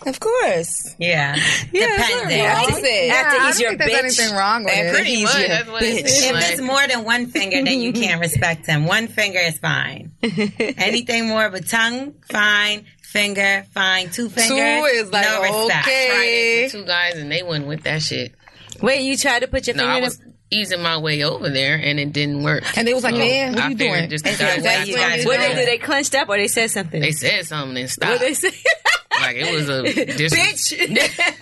Of course. Yeah, depending. Yeah, After, I said. after I he's don't your think there's bitch. anything wrong with it. Pretty much. That's what it seems If like. it's more than one finger, then you can't respect him. One finger is fine. Anything more but tongue, fine. Finger, fine. Two fingers, Two is like no respect. Friday okay. with two guys and they went with that shit. Wait, you tried to put your No, finger I in was easing my way over there and it didn't work. And they was like, So "Man, what Oh, I you figured doing?" Just the It's guy exactly went what out you do. to the What they door. do? They clenched up or they said something? They said something and what stopped. they say? like it was a dis- Bitch.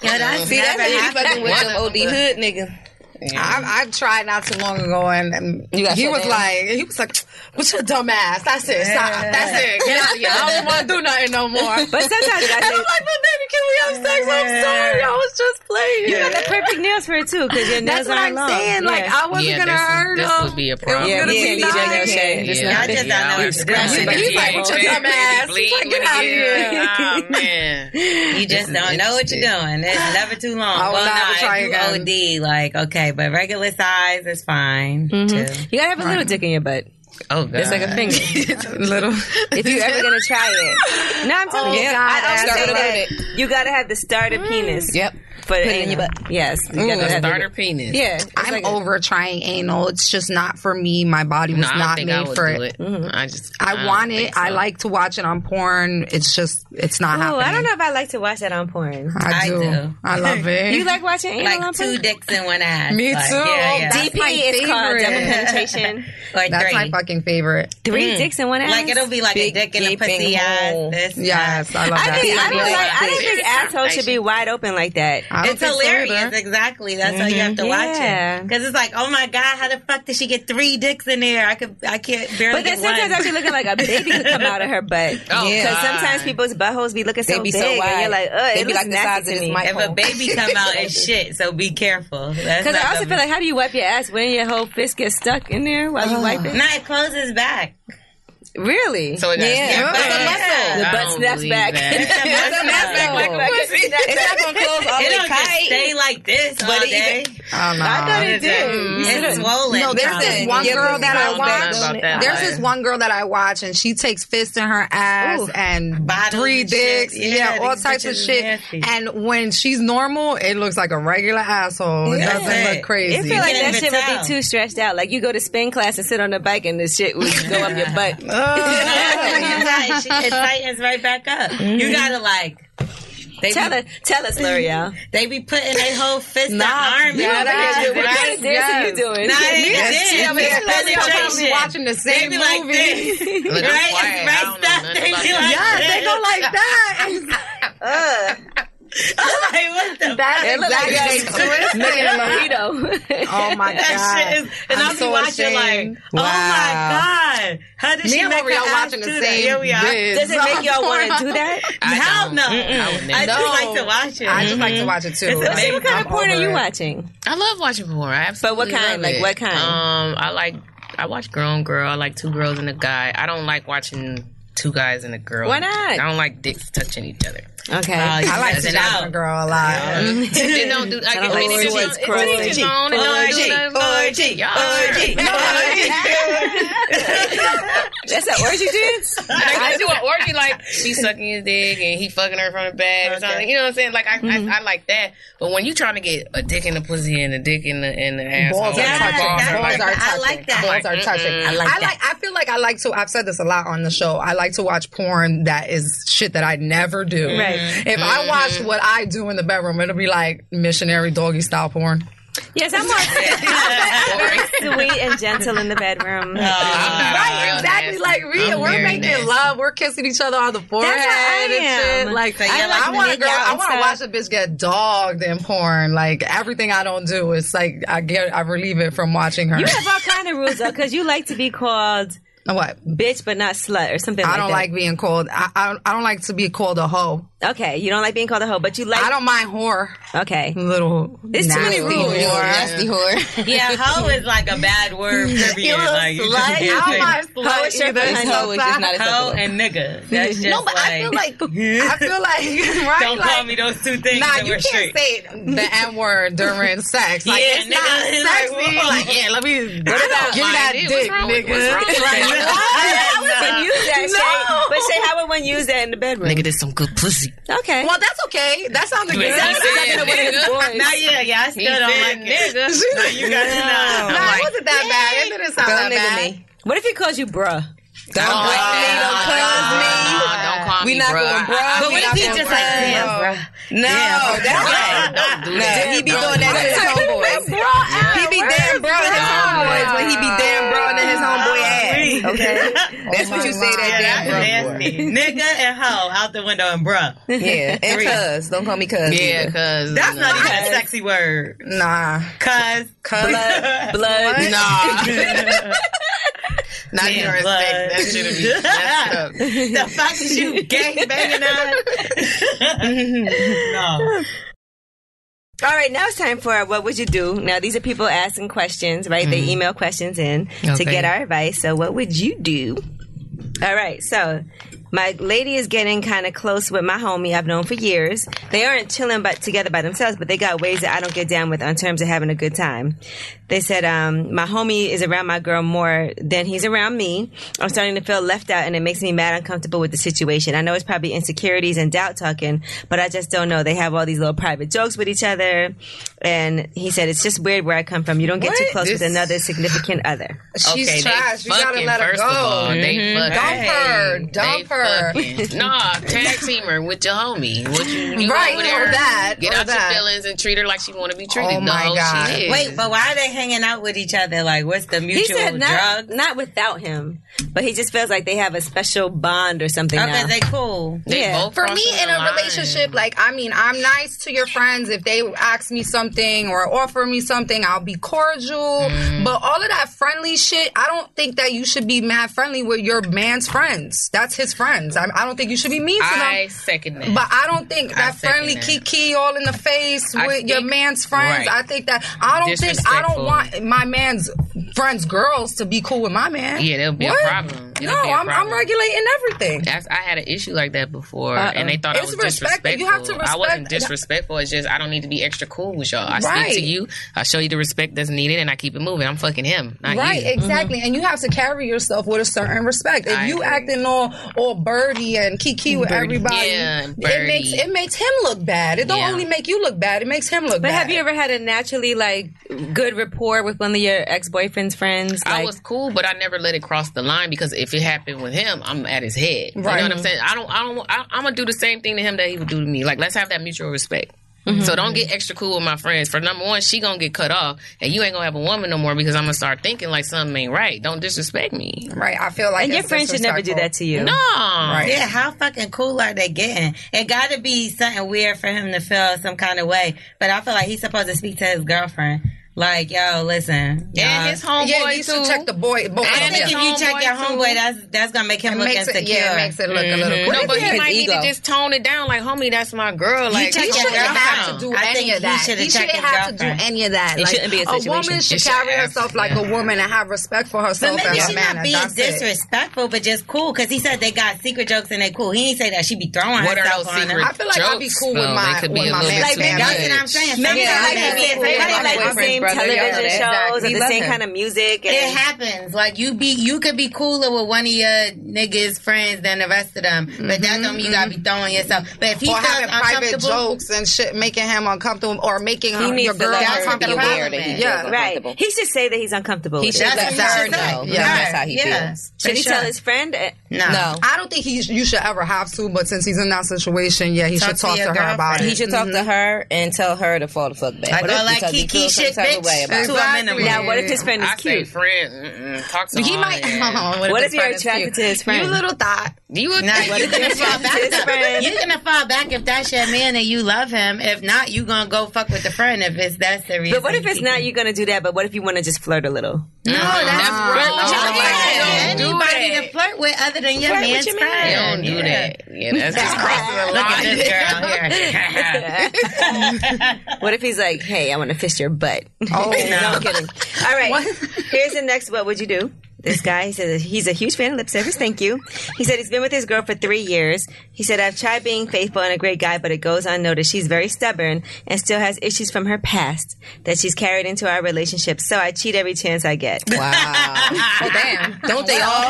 Yeah, that's See, that's never how you happened. fucking with them OD hood niggas. I, I tried not too long ago, and, and You got he shut was down. like, he was like, "What's your dumb ass? That's it. Stop. That's it. Get out of here. I don't want to do nothing no more." but sometimes I and I'm say, like, "But baby, can we have sex? I'm sorry. I was just playing." you got the perfect nails for it too, because your nails That's what aren't I'm long. saying. Like, Yeah. I wasn't Yeah, gonna this is- hurt this him. would be a It was problem. Yeah, gonna be we can't be nice. judging shit. Yeah, Just yeah, not just yeah, don't know I what was to do. scratching But the he's like, ear. "What your dumb ass?" Bleed He's like, with "Get out of the here." ear. Ah, man. You just don't know what you're doing. It's never too long. I will well, never nah, if try you again. OD, like okay, but regular size is fine. too. You gotta have a little dick in your butt. Oh god. It's like a finger. little. if you're ever gonna try it. No, I'm telling Oh, you. God, I ass also starter think you gotta have the Mm. starter penis. Yep. For Put it in your butt. Yes. You gotta have the- starter penis. Yeah. it's I'm like a- over trying anal. It's just not for me. My body was No, I don't not think I made would for do it. it. I just I don't want it. think so. I like to watch it on porn. It's just, it's not Oh, happening. I don't know if I like to watch that on porn. I I do. I, do. love it. You like watching anal on like porn? two dicks in one ass. Me Like, too. Yeah, yeah. That's DP my is called favorite. double penetration. Or That's three. my fucking favorite. Three dicks in one ass. like it'll be like a Big dick and a gaping pussy ass. hole. This Yes, I love I, that. think, I don't Big like. I dick. don't think assholes should be wide open like that. I don't It's think so hilarious. either. exactly. That's how you have to Yeah. watch it. Because it's like, oh my God, how the fuck did she get three dicks in there? I could, I can't barely But then get sometimes one. actually looking like a baby could come out of her butt. Oh, Because God. sometimes people's buttholes be looking so They be big, so and wide. you're like, ugh, They it be looks like the nasty size to of this me. mic. if a baby come out, it's shit. So be careful. Because I also feel like, how do you wipe your ass when your whole fist gets stuck in there while you wipe it? Nah, it closes back. Really? So it got Yeah. Oh, snapped It's a back. muscle. I The butt don't snaps believe back. that. It's a muscle. It's not gonna close all It always don't just tight. stay like this all but it, day. I don't know. I thought it Is it? Mm-hmm. did. It's swollen. No, there's this Listen, one yeah, girl but that I I don't know nothing watch. about that There's one. this one girl that I watch, and she takes fists in her ass and Bottles three and shit. dicks, Yeah, yeah, all these types bitches of is shit. nasty. And when she's normal, it looks like a regular asshole. It Yeah. doesn't Right. look crazy. It feel like Getting that shit would Vitale. be too stressed out. Like you go to spin class and sit on the bike and the shit would go up your butt. Right, she- it tightens right back up. You gotta like. They Tell be, us, tell us, L'Oreal. they be putting their whole fist and Nah, arm. yeah, in that there, is- right? that is- Yes. you doing? Nah, they Yes, did. yeah, but It's it's like y'all probably penetration. watching the They same be like movie. this. Look, I'm Right? quiet. It's I right don't know stuff. nothing They about be that. like Yeah, they go like that. I'm like, what the That's fuck? exactly They mojito. Oh my god! That shit is, and I'm I'll be so watching ashamed. like, oh my god, how did Me she and make her L'Oreal ass watching the do same. that? Here we are. biz. Does it make y'all want to do that? I Hell don't. no. I would I never. just No. like to watch it. I just like to watch it too. It's Like, amazing. What kind I'm of porn are over you it. watching? I love watching porn. I absolutely But what kind? love Like, it. what kind? Um, I like I watch grown girl. I like two girls and a guy. I don't like watching two guys and a girl. Why not? I don't like dicks touching each other. Okay. I like Yes, to and watch I- a girl a lot. they don't do. I get Orgy, like, they just it's orgy, each his own, and don't do nothing but- orgy, Y'all- orgy, orgy. That's an orgy dance? Like, I do an orgy like she sucking his dick and he fucking her from the back or something. You know what I'm saying? Like I, Mm-hmm. I, I like that. But when you trying to get a dick in the pussy and a dick in the in the ass, Balls are Yeah, touching. that's Balls like are that. I touching. like that. Balls are Mm-mm. touching. Mm-hmm. I like I like. I feel like I like to. I've said this a lot on the show. I like to watch porn that is shit that I never do. Right. If I Mm-hmm. watch what I do in the bedroom, it'll be like missionary doggy style porn. Yes, I'm more sweet and gentle in the bedroom. right. Exactly. Like Rita, I'm we're very making nasty. love. We're kissing each other on the forehead I and am. shit. Like, So you I, like to want a make girl. out I and want to watch stuff? a bitch get dogged in porn. Like everything I don't do, it's like I get. I relieve it from watching her. You have all kind of rules though, because you like to be called what? bitch but not slut or something I like don't that. like being called. I, I don't. I don't like to be called a hoe. Okay, you don't like being called a hoe, but you like I don't mind whore. Okay. Little. There's too many nasty rules. whore. Nasty whore. Yeah, hoe is like a bad word. Period. Like you just Like, can't I say Hoe don't mind slut is your either. friend, So hoe is just not fine. Hoe and nigga. That's just No, but like, I feel like I feel like right. don't like, call me those two things. Nah, and you we're can't straight. say the N word during sex. Like, Yeah, it's nigga, not it's like, sexy. whoa. Like, yeah, let me give about mine? that What's dick, wrong with- what's nigga. wrong with Like, that? I would not use that, Shay. But Shay, how would one use that in the bedroom? Nigga, this some good pussy. Okay. well, that's okay. That sounded You ain't good. That said sounded nigga. good. Nah, yeah, yeah. I still don't like it. No, you got to know. Nah, like, it wasn't that bad. It didn't sound that bad. what if he calls you bruh? Don't I don't call like me. Don't cuss that. me. Nah, don't call We me, not bro. going, bro. I- But what if he just like, damn, bro? No, that's right. Don't do No, that. he be doing that to his homeboys. He be damn bro to his homeboys, but he be damn bro to his homeboy ass. Okay. Oh That's what you say Yeah, that that's damn bro. nasty. Nigga and hoe out the window and bruh. for. Yeah, and cuz. Don't call me cuz. Yeah, either. cause That's no. not even a sexy word. Nah. Cuz. Blood. Blood. Nah. Not Damn, during blood. sex. That shouldn't be. the fuck is you gang banging on? no. All right, now it's time for what would you do? Now these are people asking questions, right? They email questions in to Okay. get our advice. So what would you do? All right, so my lady is getting kind of close with my homie I've known for years. They aren't chilling but together by themselves, but they got ways that I don't get down with on terms of having a good time. They said um, my homie is around my girl more than he's around me. I'm starting to feel left out, and it makes me mad uncomfortable with the situation. I know it's probably insecurities and doubt talking, but I just don't know. They have all these little private jokes with each other, and he said it's just weird where I come from. You don't get too What? close with This- another significant other. She's okay, trash. They You gotta fucking, let her first go. Mm-hmm. Of all, they fucking, Dump her. Dump they her. fucking- Nah, tag teamer with your homie. What you, you Right, over there, or that, Get or out that. your feelings and treat her like she want to be treated. Oh my no, God. She is. Wait, but why are they hanging out with each other? Like, what's the He mutual said not, drug? not without him, but he just feels like they have a special bond or something. Okay, now. they cool. they yeah. both for me crossing in the a line. relationship like i mean i'm nice to your friends if they ask me something or offer me something i'll be cordial Mm. but all of that friendly shit i don't think that you should be mad friendly with your man's friends that's his friends i, I don't think you should be mean to I them second that. but I don't think that second friendly that. kiki all in the face with your think- man's friends. right. I think that I don't think I don't Disrespectful. want my man's friends girls to be cool with my man. yeah, that'll be What? a problem. That No, could be a I'm, I'm problem. regulating everything. That's, I had an issue like that before, Uh-uh. and they thought I It's was respect- disrespectful. you have to I wasn't respect- disrespectful. It's just I don't need to be extra cool with y'all. I Right. speak to you. I show you the respect that's needed, and I keep it moving. I'm fucking him, not right, you. Mm-hmm. exactly. And you have to carry yourself with a certain respect. If I you agree. acting all all birdie and kiki with Birdie. everybody, Yeah, it birdie. makes it makes him look bad. It don't Yeah. only make you look bad, it makes him look But bad. have you ever had a naturally like good rapport with one of your ex boyfriend's friends? I Like, was cool, but I never let it cross the line because if it happened with him, I'm at his head. You Right. know what I'm saying? I don't. I don't. I, I'm gonna do the same thing to him that he would do to me. Like let's have that mutual respect. Mm-hmm. So don't get extra cool with my friends. For number one, she gonna get cut off, and you ain't gonna have a woman no more because I'm gonna start thinking like something ain't right. Don't disrespect me. right, I feel like and your it's friend should never do that disrespectful. to you. No. Right. Yeah, how fucking cool are they getting? It got to be something weird for him to feel some kind of way. But I feel like he's supposed to speak to his girlfriend. Like, yo, listen. y'all- And his homeboy Uh, Yeah, you should too. check the boy. Both I of And think them. if his you check your homeboy, homeboy, too. that's that's gonna make him look makes insecure. it, yeah, it makes it look a little. No, but he What if his Mm-hmm. might ego? need to just tone it down. Like, homie, that's my girl. Like, check He your come shouldn't on have now. to do I think any he of that. He should've shouldn't checked his have to do girlfriend. any of that. It like, shouldn't be a woman situation. should It should carry have- herself like a woman and have respect for But herself maybe and she's her manner. not being That's it. disrespectful, but just cool. Because he said they got secret jokes and they cool. He didn't say that she be throwing What are herself those on secret I feel like I'd be jokes, cool with though. my- They could be with a my little man's too man. That's much. what I'm saying. Maybe Sometimes like they that. be- Maybe everybody like like the the same same television yeah, shows exactly. or the We same love kind of music. It And happens. Like you be, you could be cooler with one of your niggas' friends than the rest of them, but that don't mean you gotta be throwing yourself. But if he or feels having private uncomfortable, jokes and shit, making him uncomfortable, or making her, needs your to girl let her uncomfortable. be aware that he feels yeah, right. He should say that he's uncomfortable. with it. that's what let her he should know. say. Yeah. That's how he feels. for Should he sure. tell his friend? Uh, No. No. I don't think he you should ever have to, but since he's in that situation, yeah, he Talk should to talk to, your her about girlfriend. He it. should talk to her and tell her to fall the fuck back. I go like Because he Kiki feels some shit, type of bitch. way about That's it. what I Exactly. do. Now, what if his friend is I say, cute? friend, mm-mm, talk to He him. might. "Oh, What if his you're friend is cute? attracted to his friend? You little thought. You would No, think you're gonna fall his back. friend. You're gonna fall back if that's your man and you love him. If not, you gonna go fuck with the friend. If it's that serious. But what if it's not you gonna do that? But what if you want to just flirt a little? No, that's wrong. wrong. Y'all Yeah. don't do Anybody that. to flirt with other than your Flirt with man's your man. They friend. don't do that. Yeah, that's just crossing the line. Look at this girl here. What if he's like, "Hey, I want to fist your butt"? Oh, no, I'm kidding. All right, here's the next. What would you do? This guy he says he's a huge fan of lip service. Thank you. He said he's been with his girl for three years. He said I've tried being faithful and a great guy, but it goes unnoticed. She's very stubborn and still has issues from her past that she's carried into our relationship. So I cheat every chance I get. Wow. damn. Don't they all?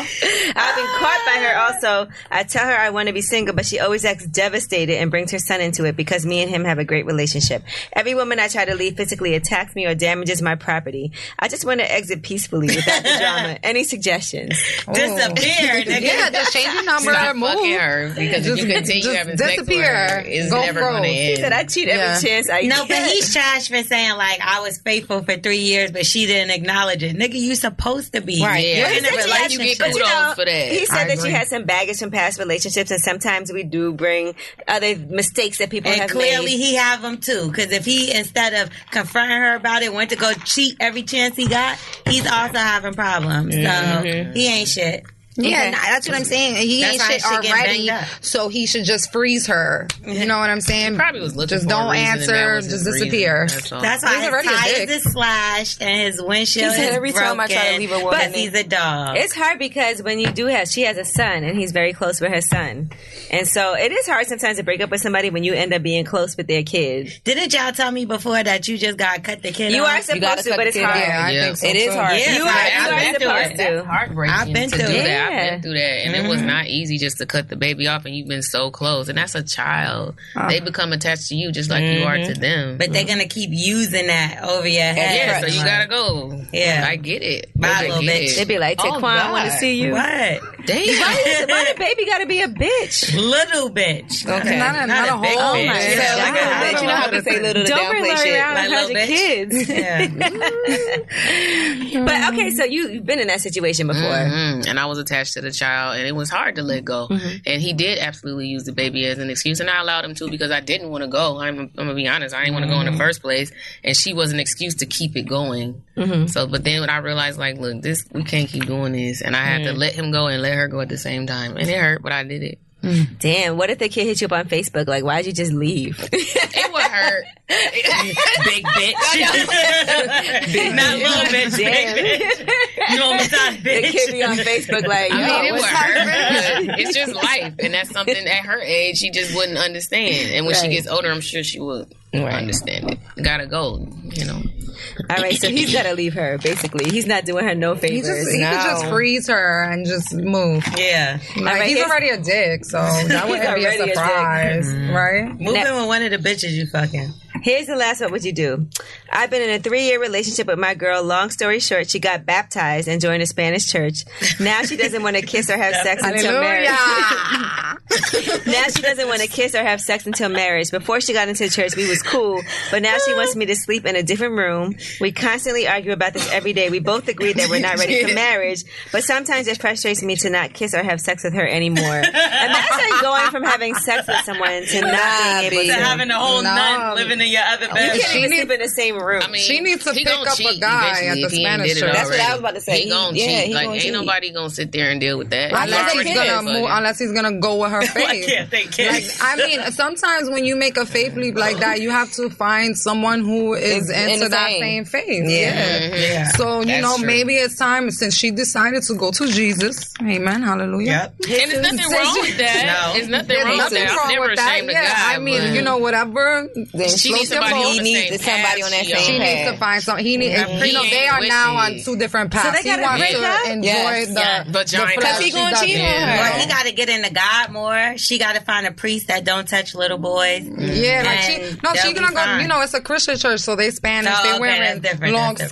I've been caught by her also. I tell her I want to be single, but she always acts devastated and brings her son into it because me and him have a great relationship. Every woman I try to leave physically attacks me or damages my property. I just want to exit peacefully without the drama. Any suggestions? Disappear, nigga. Yeah, just change your number Stop and move. fucking her because if you continue just having sex disappear. with her, it's Go never broke. going to He end. That I cheat every Yeah. chance I No, get. but he's trash for saying like I was faithful for three years, but she didn't acknowledge it. Nigga, you supposed to be. Right. You're Yeah. in a But you relationship. get kudos for that. He I said that agree. she had some baggage from past relationships, and sometimes we do bring other mistakes that people And have clearly made. he have them too, because if he instead of confronting her about it, went to go cheat every chance he got, he's also having problems. So he ain't shit. Yeah, nah, that's what I'm saying. He That's ain't why shit she get already, banged up. so he should just freeze her. You know what I'm saying? Probably was looking Just for a don't reason and that answer. was his Just reason. disappear. That's all. That's why He's already a his dick. tires is slashed and his windshield He said is every broken. time I try to leave a but woman, he's a dog. It's hard because when you do have, she has a son, and he's very close with her son, and so it is hard sometimes to break up with somebody when you end up being close with their kid. Didn't y'all tell me before that you just got cut the kid? You off? are You gotta supposed to, cut but the it's kid hard. out. Yeah, I Yeah. think so. It is too. hard. Yeah, You like, are, I've you been are through supposed it. That's to. heartbreaking I've been to through Mm-hmm. do it. that. I've Yeah. been through that, and it was not easy just to cut the baby off, and you've been so close, and that's a child. Oh. They become attached to you just like you are to them. But they're gonna keep using that over your head. yeah, so you gotta go. Yeah. I get it. Bye, I little get bitch. it. They'd be like, Taquan, I want to see you. What? damn. Why the baby got to be a bitch? Little bitch. Okay. Not a- not a big whole bitch. bitch. So, Yeah. like, I bet you know how to say little to Don't bring downplay her shit. around like and have little your bitch. kids. Yeah. but okay, so you, you've been in that situation before. Mm-hmm. Mhm. And I was attached to the child, and it was hard to let go. And he did absolutely use the baby as an excuse, and I allowed him to because I didn't want to go. I'm, I'm gonna be honest, I didn't want to go in the first place, and she was an excuse to keep it going. So, but then when I realized, like, look, this we can't keep doing this, and I had to let him go and let her go at the same time, and it hurt, but I did it. Damn, what if the kid hit you up on Facebook? Like, why'd you just leave? It would hurt, big bitch. Not little bitch. Big bitch. the kid be on Facebook like, yo, I mean, it would what's hurt. but It's just life, and that's something at her age she just wouldn't understand. And when she Right. gets older, I'm sure she would understand it. Gotta go, you know. All right, so he's got to leave her. Basically, he's not doing her no He favors. just he could just freeze her and just move. Yeah. Like, right, he's here's- already a dick, so that wouldn't be a already a dick. surprise, right? Move in with one of the bitches you fucking. Here's the last what would you do? I've been in a three year relationship with my girl. Long story short, she got baptized and joined a Spanish church. Now she doesn't want to kiss or have sex until marriage. Now she doesn't want to kiss or have sex until marriage. Before she got into church, we was cool, but now she wants me to sleep in a different room. We constantly argue about this every day. We both agree that we're not ready for marriage, but sometimes it frustrates me to not kiss or have sex with her anymore. Imagine going from having sex with someone to not being able To to. having a whole No. Oh, nun living in your other bed. can't even sleep in the same room. I mean, She needs to he pick gonna up a cheat guy eventually at the if he ain't Spanish did it church. That's what I already. was about to say. He gonna Yeah, cheat. he like gonna ain't cheat. nobody gonna sit there and deal with that. Unless he's gonna move, unless he's gonna go with her I faith. can't think. Like I mean, sometimes when you make a faith leap like that, you have to find someone who is into the that same. same faith. Yeah. Mm-hmm. So you That's know, true. maybe it's time since she decided to go to Jesus. Amen. Hallelujah. Yep. and there's nothing wrong with that. No. There's nothing There's wrong with nothing that. I'm wrong never with that. ashamed of Yeah. God. I mean, but you know, whatever. she Slow needs your somebody boat. on the same somebody path on that she same She path. needs to find something. He needs. You know, they are with now on it. two different paths. they he gotta wants break up? to enjoy Yes. the, Yeah. the Vagina. flesh. Because he gonna doesn't. cheat on her. Or he got to get into God more. She got to find a priest that don't touch little boys. Yeah, like she And no, they'll she gonna be go. fine. You know, it's a Christian church, so they Spanish. Oh, they okay, wearing that's different, long that's different.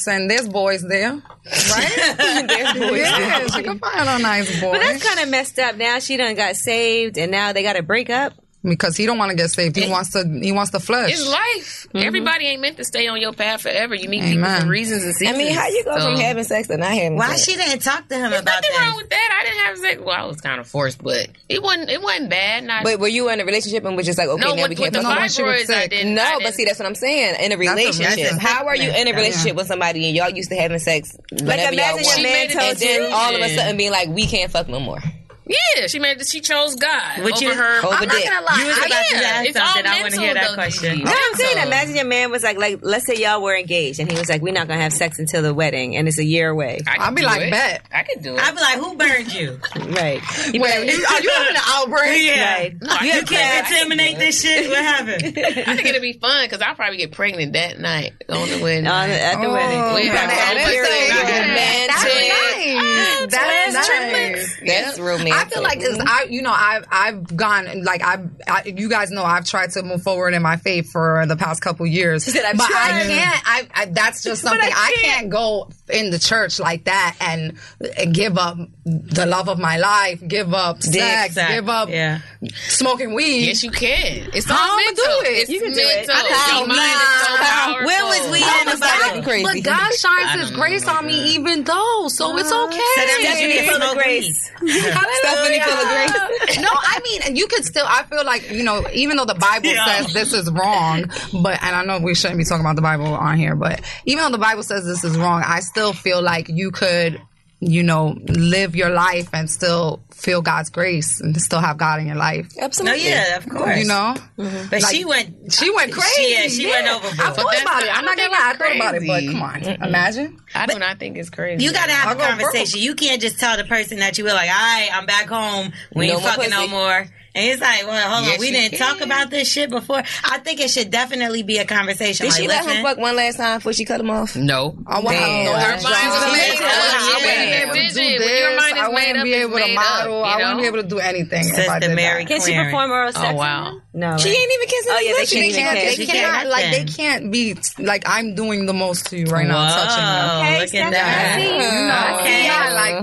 skirts, and there's boys there, right? there's boys. Yeah, she can find a nice boy. But that's kind of messed up. Now she done got saved, and now they got to break up. because he don't want to get saved. He wants to. He wants to flush. It's life. Mm-hmm. Everybody ain't meant to stay on your path forever. You meet people Amen. for reasons and I seasons. mean, how you go from So- having sex to not having Why sex? she didn't talk to him about nothing wrong that? with that. I didn't have sex. Well, I was kind of forced, but it wasn't. It wasn't bad. Not But were you in a relationship and was just like, okay, no now with, we can't with the talk about she was fibroids. I sick. didn't. I No, but didn't- see, that's what I'm saying. In a a- relationship, that's a- how are you in a relationship with somebody and y'all used to having sex whenever y'all imagine your want, man and told you- then all of a sudden being like, we can't fuck no more. yeah, she made. She chose God Would over you- her. over I'm not dick. gonna lie. You was I- about to yeah, ask it's all something. I wanna mental, hear that though, question. Gigi. No, I'm saying, Mental. imagine your man was like, like, let's say y'all were engaged, and he was like, we're not gonna have sex until the wedding, and it's a year away, I could I'll be do like, it. bet. I could do it. I'd be like, who burned you? right? You Wait, you, are you having an outbreak? yeah. right. No, I you have could do it. kids. Contaminate this shit? What happened? I think it'll be fun because I'll probably get pregnant that night on the wedding. on- Uh, at the Oh, wedding. We okay. have our own That's period. so good. Man, That's chick. nice. That's nice. That's romantic. I feel like it's, I, you know, I've I've gone like I've, I, you guys know I've tried to move forward in my faith for the past couple years, said, "I've but tried." I can't. I, I that's just something I can't. go in the church like that and, and give up the love of my life, give up sex, Exact- give up Yeah. smoking weed. Yes, you can. It's all How I'ma mental. do it? It's You can do it. mental. I thought- Your mind is so powerful. Oh, When was we in But about God, crazy. but God shines His grace on me even though, so it's okay. You Stephanie didn't full of smoke grace. Stephanie full of grace. no, I mean you could still. I feel like you know, even though the Bible says this is wrong, but and I know we shouldn't be talking about the Bible on here, but even though the Bible says this is wrong, I still feel like you could, you know, live your life and still feel God's grace and still have God in your life. No, Absolutely. yeah, of course. You know, But she went. she went crazy. yeah, she went overboard. I But thought that's about not- it. I'm I don't not gonna lie. I thought think about it's it, but come on, imagine. I do not think it's crazy. You gotta have a go conversation. You can't just tell the person that you were like, all right, I'm back home. We No ain't more fucking no pussy. more. And it's like, well, hold Yes, on, we you didn't can. talk about this shit before. I think it should definitely be a conversation. Did like, she let listen, him fuck one last time before she cut him off? No. I want Damn. no, Her I'm mind was sorry. I made wouldn't up. I Yeah. wouldn't be able to Vision. do When your this. mind is made I wouldn't up, be it's able to made up, model. you know? I wouldn't be able to do anything if I Sister did Mary that. Can she Clarence. perform oral sex? Oh wow. No. She right? ain't even kissing Oh, his yeah, they lips. She can't didn't even even kiss. kiss. They You She can't cannot, touch like, they them. can't be, like, I'm doing the most to you right now, touching you. Whoa, Hey, Oh, look Stephanie, at that. I see you. No, Okay. yeah, like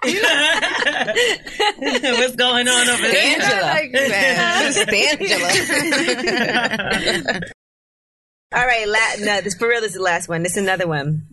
All right. that. What's going on over there? Angela. Like that. Angela. All right, la- no, this for real. This is the last one. This is another one.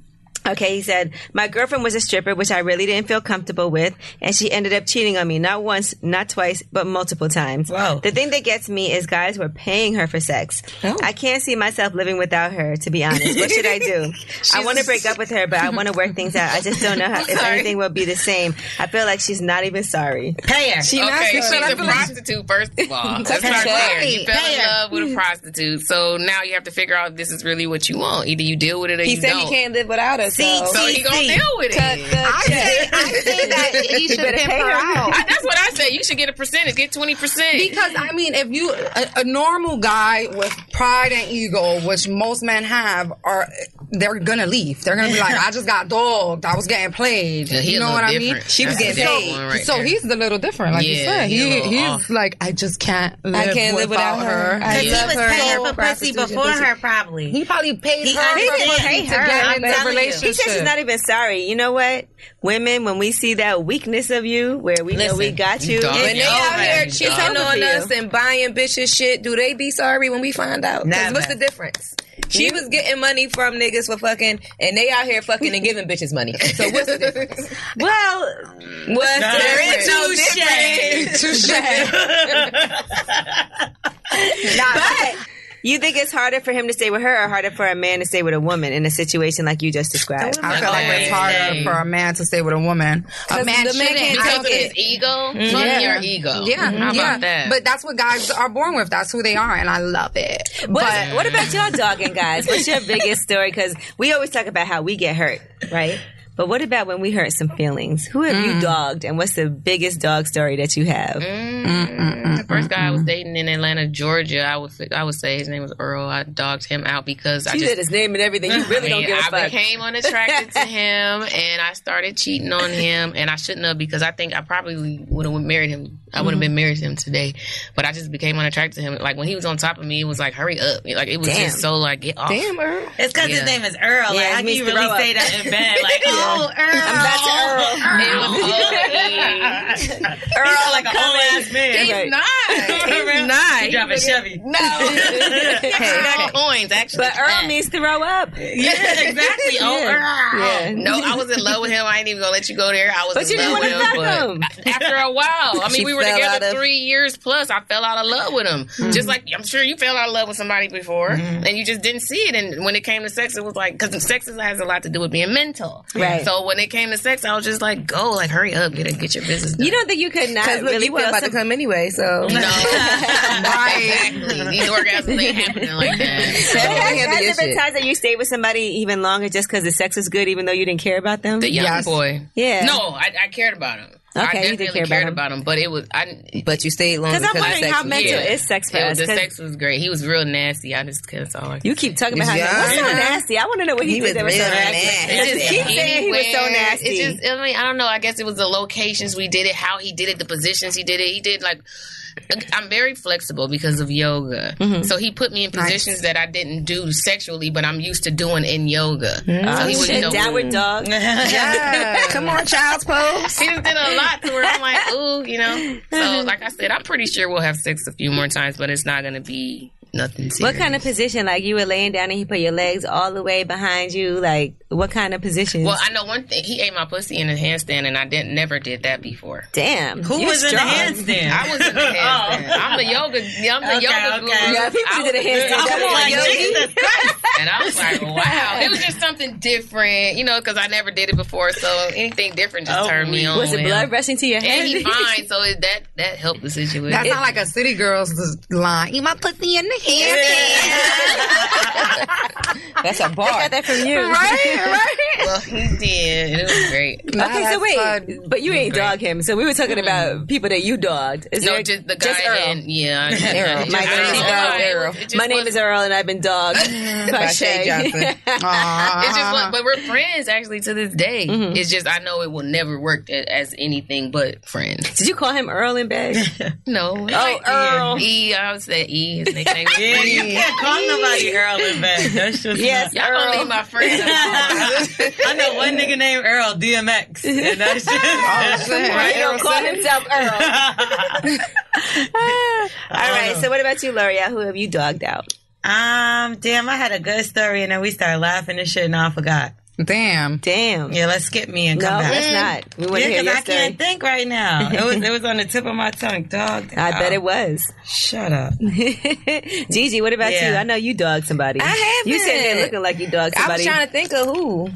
Okay, he said, my girlfriend was a stripper, which I really didn't feel comfortable with, and she ended up cheating on me not once, not twice, but multiple times. Wow. The thing that gets me is guys were paying her for sex. I can't see myself living without her, to be honest. What should I do? I want to break up with her, but I want to work things out. I just don't know how, if anything will be the same. I feel like she's not even sorry. Pay her. She not okay, good. she's I a feel like- prostitute, first of all. That's Touch not her. fair. You Right. fell in love with a prostitute, so now you have to figure out if this is really what you want. Either you deal with it or He you said don't. he can't live without us. See, So- So he gonna deal with it. I say, I say that he should pimp her out. I, that's what I said. You should get a percentage. Get twenty percent. Because I mean, if you a, a normal guy with pride and ego, which most men have, are they're gonna leave. They're gonna be like, I just got dogged. I was getting played. Yeah, he you a know little what I mean? different. She was So- getting played. One right so there. he's a little different, like you Yeah, said. he a He, little he's off. like, I just can't. Live I can't live without her. I Because Yeah. he was love paying her. for pussy before her, probably. He probably paid He her. for understands. pussy He to I'm get in that telling you. He relationship. said She says she's not even sorry. You know what? Women, when we see that weakness of you, where we know we got you, dog. and When They out Yeah, here man. cheating It's on over us and buying bitches shit. Do they be sorry when we find out? 'Cause Never. what's the difference? She was getting money from niggas for fucking, and they out here fucking and giving bitches money. So what's the difference? well, What's the There difference? is no shade. but you think it's harder for him to stay with her or harder for a man to stay with a woman in a situation like you just described? I feel like it's harder for a man to stay with a woman. A the man man shouldn't. can't I Because don't of think- his ego, Fuck Mm-hmm. Yeah. your ego. Yeah, how about yeah. that? But that's what guys are born with. That's who they are, and I love it. What, but what about y'all dogging guys? What's your biggest story? Because we always talk about how we get hurt, right? But what about when we hurt some feelings? Who have you dogged, and what's the biggest dog story that you have? The first guy I was dating in Atlanta, Georgia, I would I would say his name was Earl. I dogged him out because I You just said his name and everything. You really I don't mean, give a I fuck. became unattracted to him, and I started cheating on him, and I shouldn't have because I think I probably would have married him. I Mm-hmm. would have been married to him today, but I just became unattracted to him. Like when he was on top of me, it was like hurry up, like it was just so like get off. damn, Earl. It's because Yeah. his name is Earl. Yeah, like, it how can means you to really grow up. say that in bed? Like, oh, Earl. I'm That's Earl. It was ugly. Earl, like an old ass man. Right. He's not. He driving Chevy. Back coins, actually. But Earl Back. means to grow up. Yeah, exactly. Oh, Earl. ah. No, I was in love with him. I ain't even gonna let you go there. I was But in you didn't love wanna with fuck him. But after a while, I mean, we were fell out together of- three years plus. I fell out of love with him, Hmm. just like I'm sure you fell out of love with somebody before, and you just didn't see it. And when it came to sex, it was like because sex is- has a lot to do with being mental. Right. So when it came to sex, I was just like, go, like hurry up, get it, get your business. Done. You don't think you could not Because look, really you weren't feel about to some- come anyway, so. No, exactly. These orgasms ain't happening like that. But has, handle your has there been shit. times that you stayed with somebody even longer just because the sex was good, even though you didn't care about them? The young Yes. boy. Yeah. No, I, I cared about him. I Okay, you did definitely care about cared him. about him, but it was I. But you stayed longer Because I'm of wondering sex. how mental Yeah. is sex for It- us. The 'cause sex was great. He was real nasty. I just couldn't saw like you keep talking about how Yeah. what's so nasty. I want to know what he, He did was that was so real nasty. nasty. Just keep saying he was so nasty. It's just, I mean, I don't know. I guess it was the locations we did it, how he did it, the positions he did it. He did like, I'm very flexible because of yoga. So he put me in positions that I didn't do sexually, but I'm used to doing in yoga. So he was, you Shit, know, Mm. downward dog. Come on, child's pose. he just did a lot to where I'm like, ooh, you know. So, like I said, I'm pretty sure we'll have sex a few more times, but it's not going to be nothing serious. What kind of position? Like you were laying down and he put your legs all the way behind you. Like what kind of position? Well, I know one thing. He ate my pussy in a handstand, and I didn't never did that before. Damn. Who you're was in the strong. handstand? I was in the handstand. I'm the yoga. I'm Oh. the Okay, yoga okay. guru. Yeah, people I was did a handstand. I was Come on, like, yo. Jesus Christ. And I was like, wow, it was just something different, you know, because I never did it before. So anything different Oh, just turned me on. Was with it him. blood rushing to your head? And he fine, so it, that that helped the situation. That's not like a city girl's line. Eat my pussy in the hand. That's a bar. that from you. Right, well, he did. and It was great. Okay, so wait, but you ain't Great. dog him. So we were talking about people that you dogged. Is No, there- just the guy. Earl. And, yeah, Earl. My I don't name know is why. Earl. It was- it just My name wasn't- is Earl, and I've been dogged by By Shay Shay. Johnson. It's just, what- but we're friends actually to this day. It's just I know it will never work a- as anything but friends. Did you call him Earl in bed? No. Oh, Earl. E. I would say E. His nickname is Yeah, E. you can't call nobody Earl in bed. That's just Yes, Y'all gonna leave my friends alone. I know one nigga named Earl DMX, and that's just He don't call himself Earl. All right. So what about you, L'Oreal? Who have you dogged out? um. Damn, I had a good story, and then we started laughing and shit, and I forgot. Damn. Damn. Yeah, let's skip me and no, come that's back. Oh, not. We want to Yeah, hear your because I story. can't think right now. It was it was on the tip of my tongue, dog. I bet Oh, it was. Shut up. Gigi, what about you? Yeah. I know you dogged somebody. I haven't. You sitting there looking like you dogged I somebody. was trying to think of who.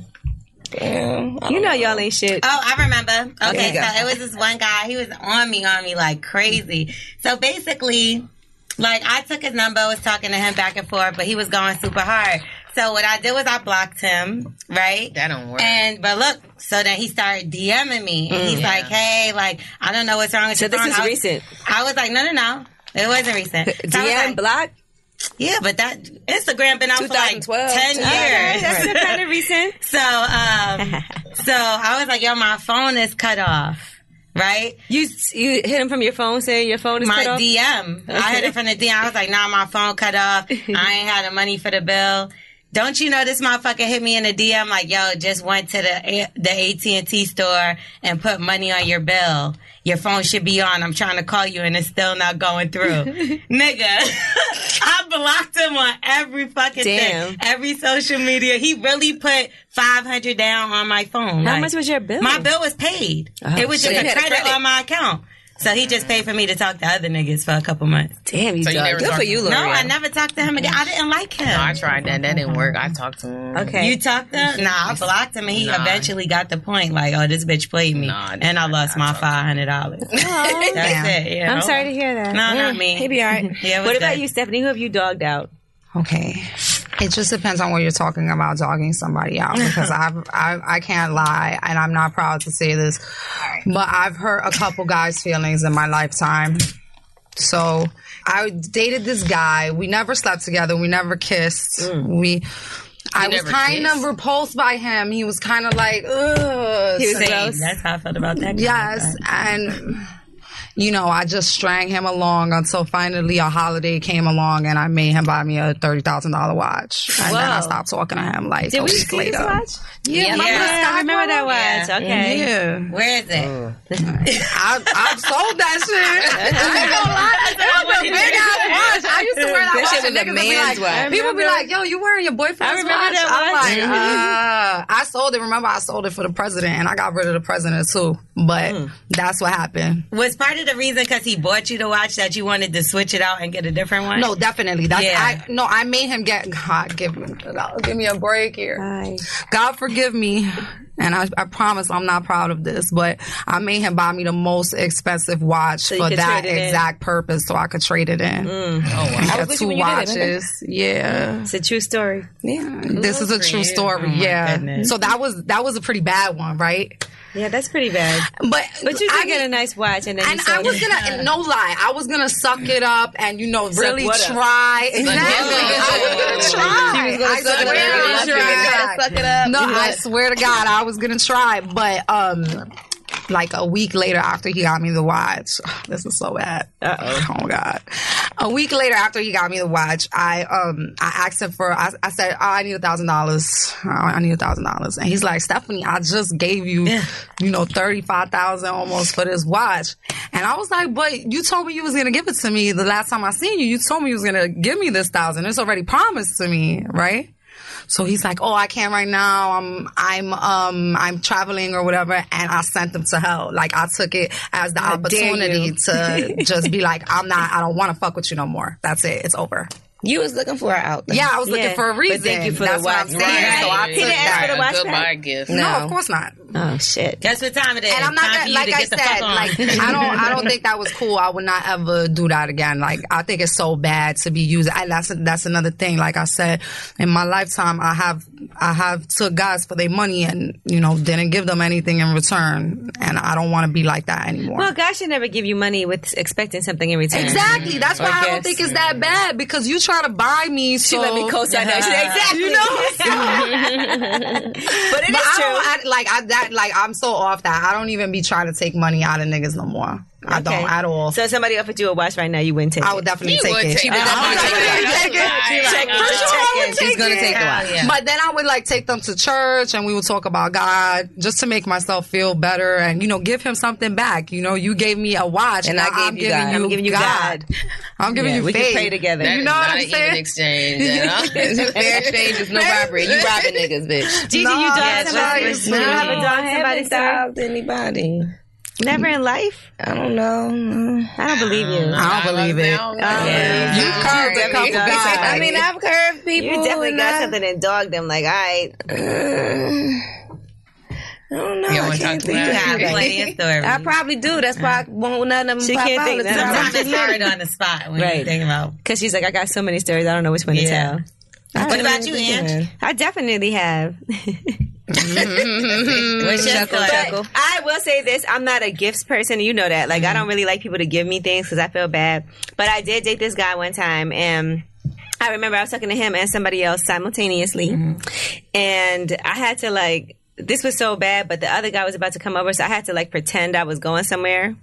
you know y'all ain't shit. Oh, I remember. Okay, go. so it was this one guy. He was on me, on me like crazy. So basically, like I took his number, was talking to him back and forth, but he was going super hard. So what I did was I blocked him, right? That don't work. And but look, so then he started DMing me, and he's like, "Hey, like I don't know what's wrong Mm. with So your this phone." is I was- recent. I was like, "No, no, no, it wasn't recent." So I was DM like, block. yeah, but that Instagram been out for like 2012. ten years. That's still kind of recent. So, um, so I was like, "Yo, my phone is cut off." Right, You you hit him from your phone saying your phone is my cut off. DM. I hit it from the DM. I was like, "Nah, my phone cut off. I ain't had the money for the bill." Don't you know this motherfucker hit me in the DM like, "Yo, just went to the A- the AT and T store and put money on your bill. Your phone should be on. I'm trying to call you and it's still not going through, nigga." I blocked him on every fucking Damn. thing, every social media. He really put five hundred down on my phone. How Like, much was your bill? My bill was paid. Oh, it was just shit. a You had a credit, credit. on my account. So he just paid for me to talk to other niggas for a couple months. Damn, you So you dog. never Good talked for to you, him? Lori. No, I never talked to him again. I didn't like him. I tried that. That didn't work. I talked to him. Okay. You talked to him? Nah, I blocked him and he Nah. eventually got the point like, oh, this bitch played me. Nah, I didn't. and I lost my $500. That's it. Yeah. I'm sorry to hear that. No, not me. Maybe all right. Yeah, What about you, Stephanie? Who have you dogged out? Okay. It just depends on what you're talking about dogging somebody out because I've, I I can't lie and I'm not proud to say this, but I've hurt a couple guys' feelings in my lifetime. So I dated this guy. We never slept together. We never kissed. We. I was Mm. never kind kissed? of repulsed by him. He was kind of like, ugh. so- That's how I felt about that. guy. Yes, and you know, I just strang him along until finally a holiday came along and I made him buy me a thirty thousand dollar watch, and then I stopped talking to him like a week later. Yeah, remember the I sky remember that one? was. Okay. Yeah, Where is it? I, I sold that shit. I ain't gonna lie, that was a big ass watch. I used to wear that, That watch. shit was and a niggas would be man's like- watch. People be like, "Yo, you wearing your boyfriend's watch?" I'm like, uh, "I sold it. Remember, I sold it for the president, and I got rid of the president too." But that's what happened. Was part of the reason because he bought you the watch that you wanted to switch it out and get a different one? No, definitely. That's Yeah. I no, I made him get God give me give me a break here. God forgive me. And I, I promise I'm not proud of this, but I made him buy me the most expensive watch you for could that trade it in. Mm. Oh, exact purpose so I could trade it in. I got two watches. Yeah. It's a true story. Yeah. This is a true Oh, story. yeah. So that was that was a pretty bad one, right? Yeah, that's pretty bad. But But you did I get a nice watch, and then and you I sold was it. gonna, and no lie, I was gonna suck it up and you know really what up? try. Exactly, I was gonna try. She was gonna I suck it up. You gotta suck swear I tried. it up. No, You I gotta- swear to God, I was gonna try, but um. Like a week later, after he got me the watch, this is so bad. Oh God! A week later, after he got me the watch, I um I asked him for. I, I said, "Oh, I need a thousand dollars. I need a thousand dollars." And he's like, "Stephanie, I just gave you, you know, thirty five thousand almost for this watch." And I was like, "But you told me you was gonna give it to me the last time I seen you. You told me you was gonna give me this thousand. It's already promised to me, right?" So he's like, "Oh, I can't right now. I'm I'm um I'm traveling or whatever." And I sent them to hell. Like I took it as the opportunity to just be like, "I'm not. I don't want to fuck with you no more. That's it. It's over." You was looking for an out. Yeah, I was Yeah, looking for a but reason. thank you for the That's what I'm watch. saying. Right. So I He took didn't ask that. for the watch goodbye gift. no, of course not. Oh shit. Guess what time it is? And I'm not Time for gonna, you like to I get the said, fuck on. like I don't I don't think that was cool. I would not ever do that again. Like I think it's so bad to be used. I, that's that's another thing. Like I said, in my lifetime, I have I have took guys for their money and you know didn't give them anything in return. And I don't want to be like that anymore. Well, God should never give you money with expecting something in return. Exactly. That's why I, don't think it's that bad because you try to buy me. So She let me co-sign that. She said, exactly. You know what I'm But it is But I true. don't I, like I that like I'm so off that I don't even be trying to take money out of niggas no more. I Okay. don't at all. So if somebody offered you a watch right now, you wouldn't take I it. would definitely You take would it. take it. I I would Uh-huh. would take definitely take it. it. Take it. For Just sure, check I would it. take She's gonna it. take the watch. Yeah. But then I would like take them to church and we would talk about God just to make myself feel better and you know give him something back. You know, you gave me a watch And now I gave I'm you giving God. you I'm giving you God. I'm giving Yeah, you we can faith. pray together. That You is know what not I'm an saying? even exchange. at It's all. a fair exchange. It's no robbery. You robbing niggas, bitch. Gigi, you dog that's somebody. right. You No. have a dog somebody story? robbed anybody. Never in life. I don't know. I don't believe you. Mm, I don't believe it. don't Yeah. You curved a couple guys. I mean, I've curved people. You definitely and got I- something and dogged them. Like, all right, I don't know. You I wanna can't talk think about of it? Have anything. plenty of stories. I probably do. That's why I won't none of them She pop can't out. think It's none of not- Sometimes it's hard on the spot when Right. you think about because she's like, I got so many stories, I don't know which one to Yeah. tell. What about you, Ange? I definitely have. What's your thought? But I will say this: I'm not a gifts person. You know that. Like, I don't really like people to give me things because I feel bad. But I did date this guy one time, and I remember I was talking to him and somebody else simultaneously, and I had to like. This was so bad, but the other guy was about to come over, so I had to like pretend I was going somewhere.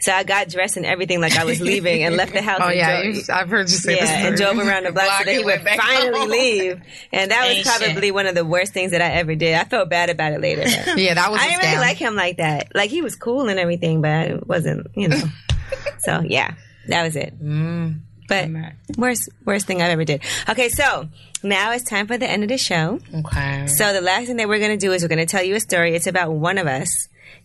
So I got dressed and everything like I was leaving and left the house. Oh and yeah, drove- you, I've heard you say this. yeah, and story. drove around the block so Block that he and would went back finally home. leave. And that was Ain't probably one of the worst things that I ever did. I felt bad about it later. but- Yeah, that was. I a didn't really scam. like him like that. Like he was cool and everything, but it wasn't, you know. so yeah, that was it. But worst worst thing I've ever did. Okay, so now it's time for the end of the show. Okay. So the last thing that we're gonna do is we're gonna tell you a story. It's about one of us.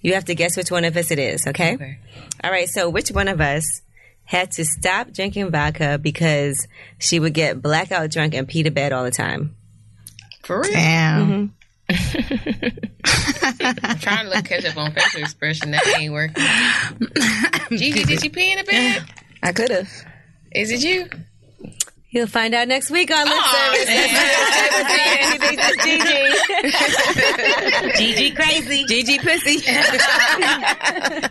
You have to guess which one of us it is, okay? Okay. All right, so which one of us had to stop drinking vodka because she would get blackout drunk and pee to bed all the time? For real. Damn. Mm-hmm. trying to look catch up on facial expression. That ain't working. Gigi, did you pee in the bed? I could have. Is it you? You'll find out next week on Lip Service. Anything to Gigi. Gigi crazy. Gigi pussy.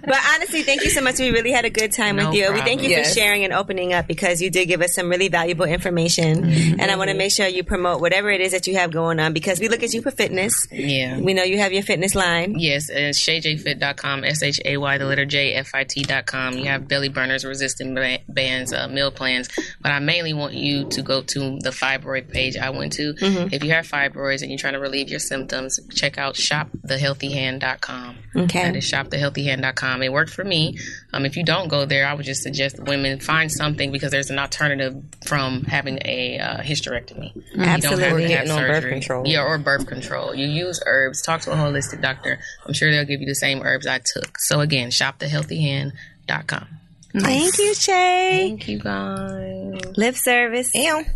But honestly, thank you so much. We really had a good time No with you. We problem. thank you Yes. for sharing and opening up because you did give us some really valuable information. Mm-hmm. And I want to make sure you promote whatever it is that you have going on because we look at you for fitness. Yeah. We know you have your fitness line. Yes, and shayjfit.com, S H A Y, the letter J, F I T.com. You have belly burners, resistant ba- bands, uh, meal plans. But I mainly want you to go to the fibroid page I went to. If you have fibroids and you're trying to relieve your symptoms, check out shopthehealthyhand.com. Okay. That is shopthehealthyhand.com. It worked for me. Um, if you don't go there, I would just suggest women find something because there's an alternative from having a uh, hysterectomy. Absolutely. You don't have Getting to on have birth surgery. control. Yeah, or birth control. You use herbs. Talk to a holistic doctor. I'm sure they'll give you the same herbs I took. So again, shopthehealthyhand.com. Thank you, Shay. Thank you guys. Lip service. Damn.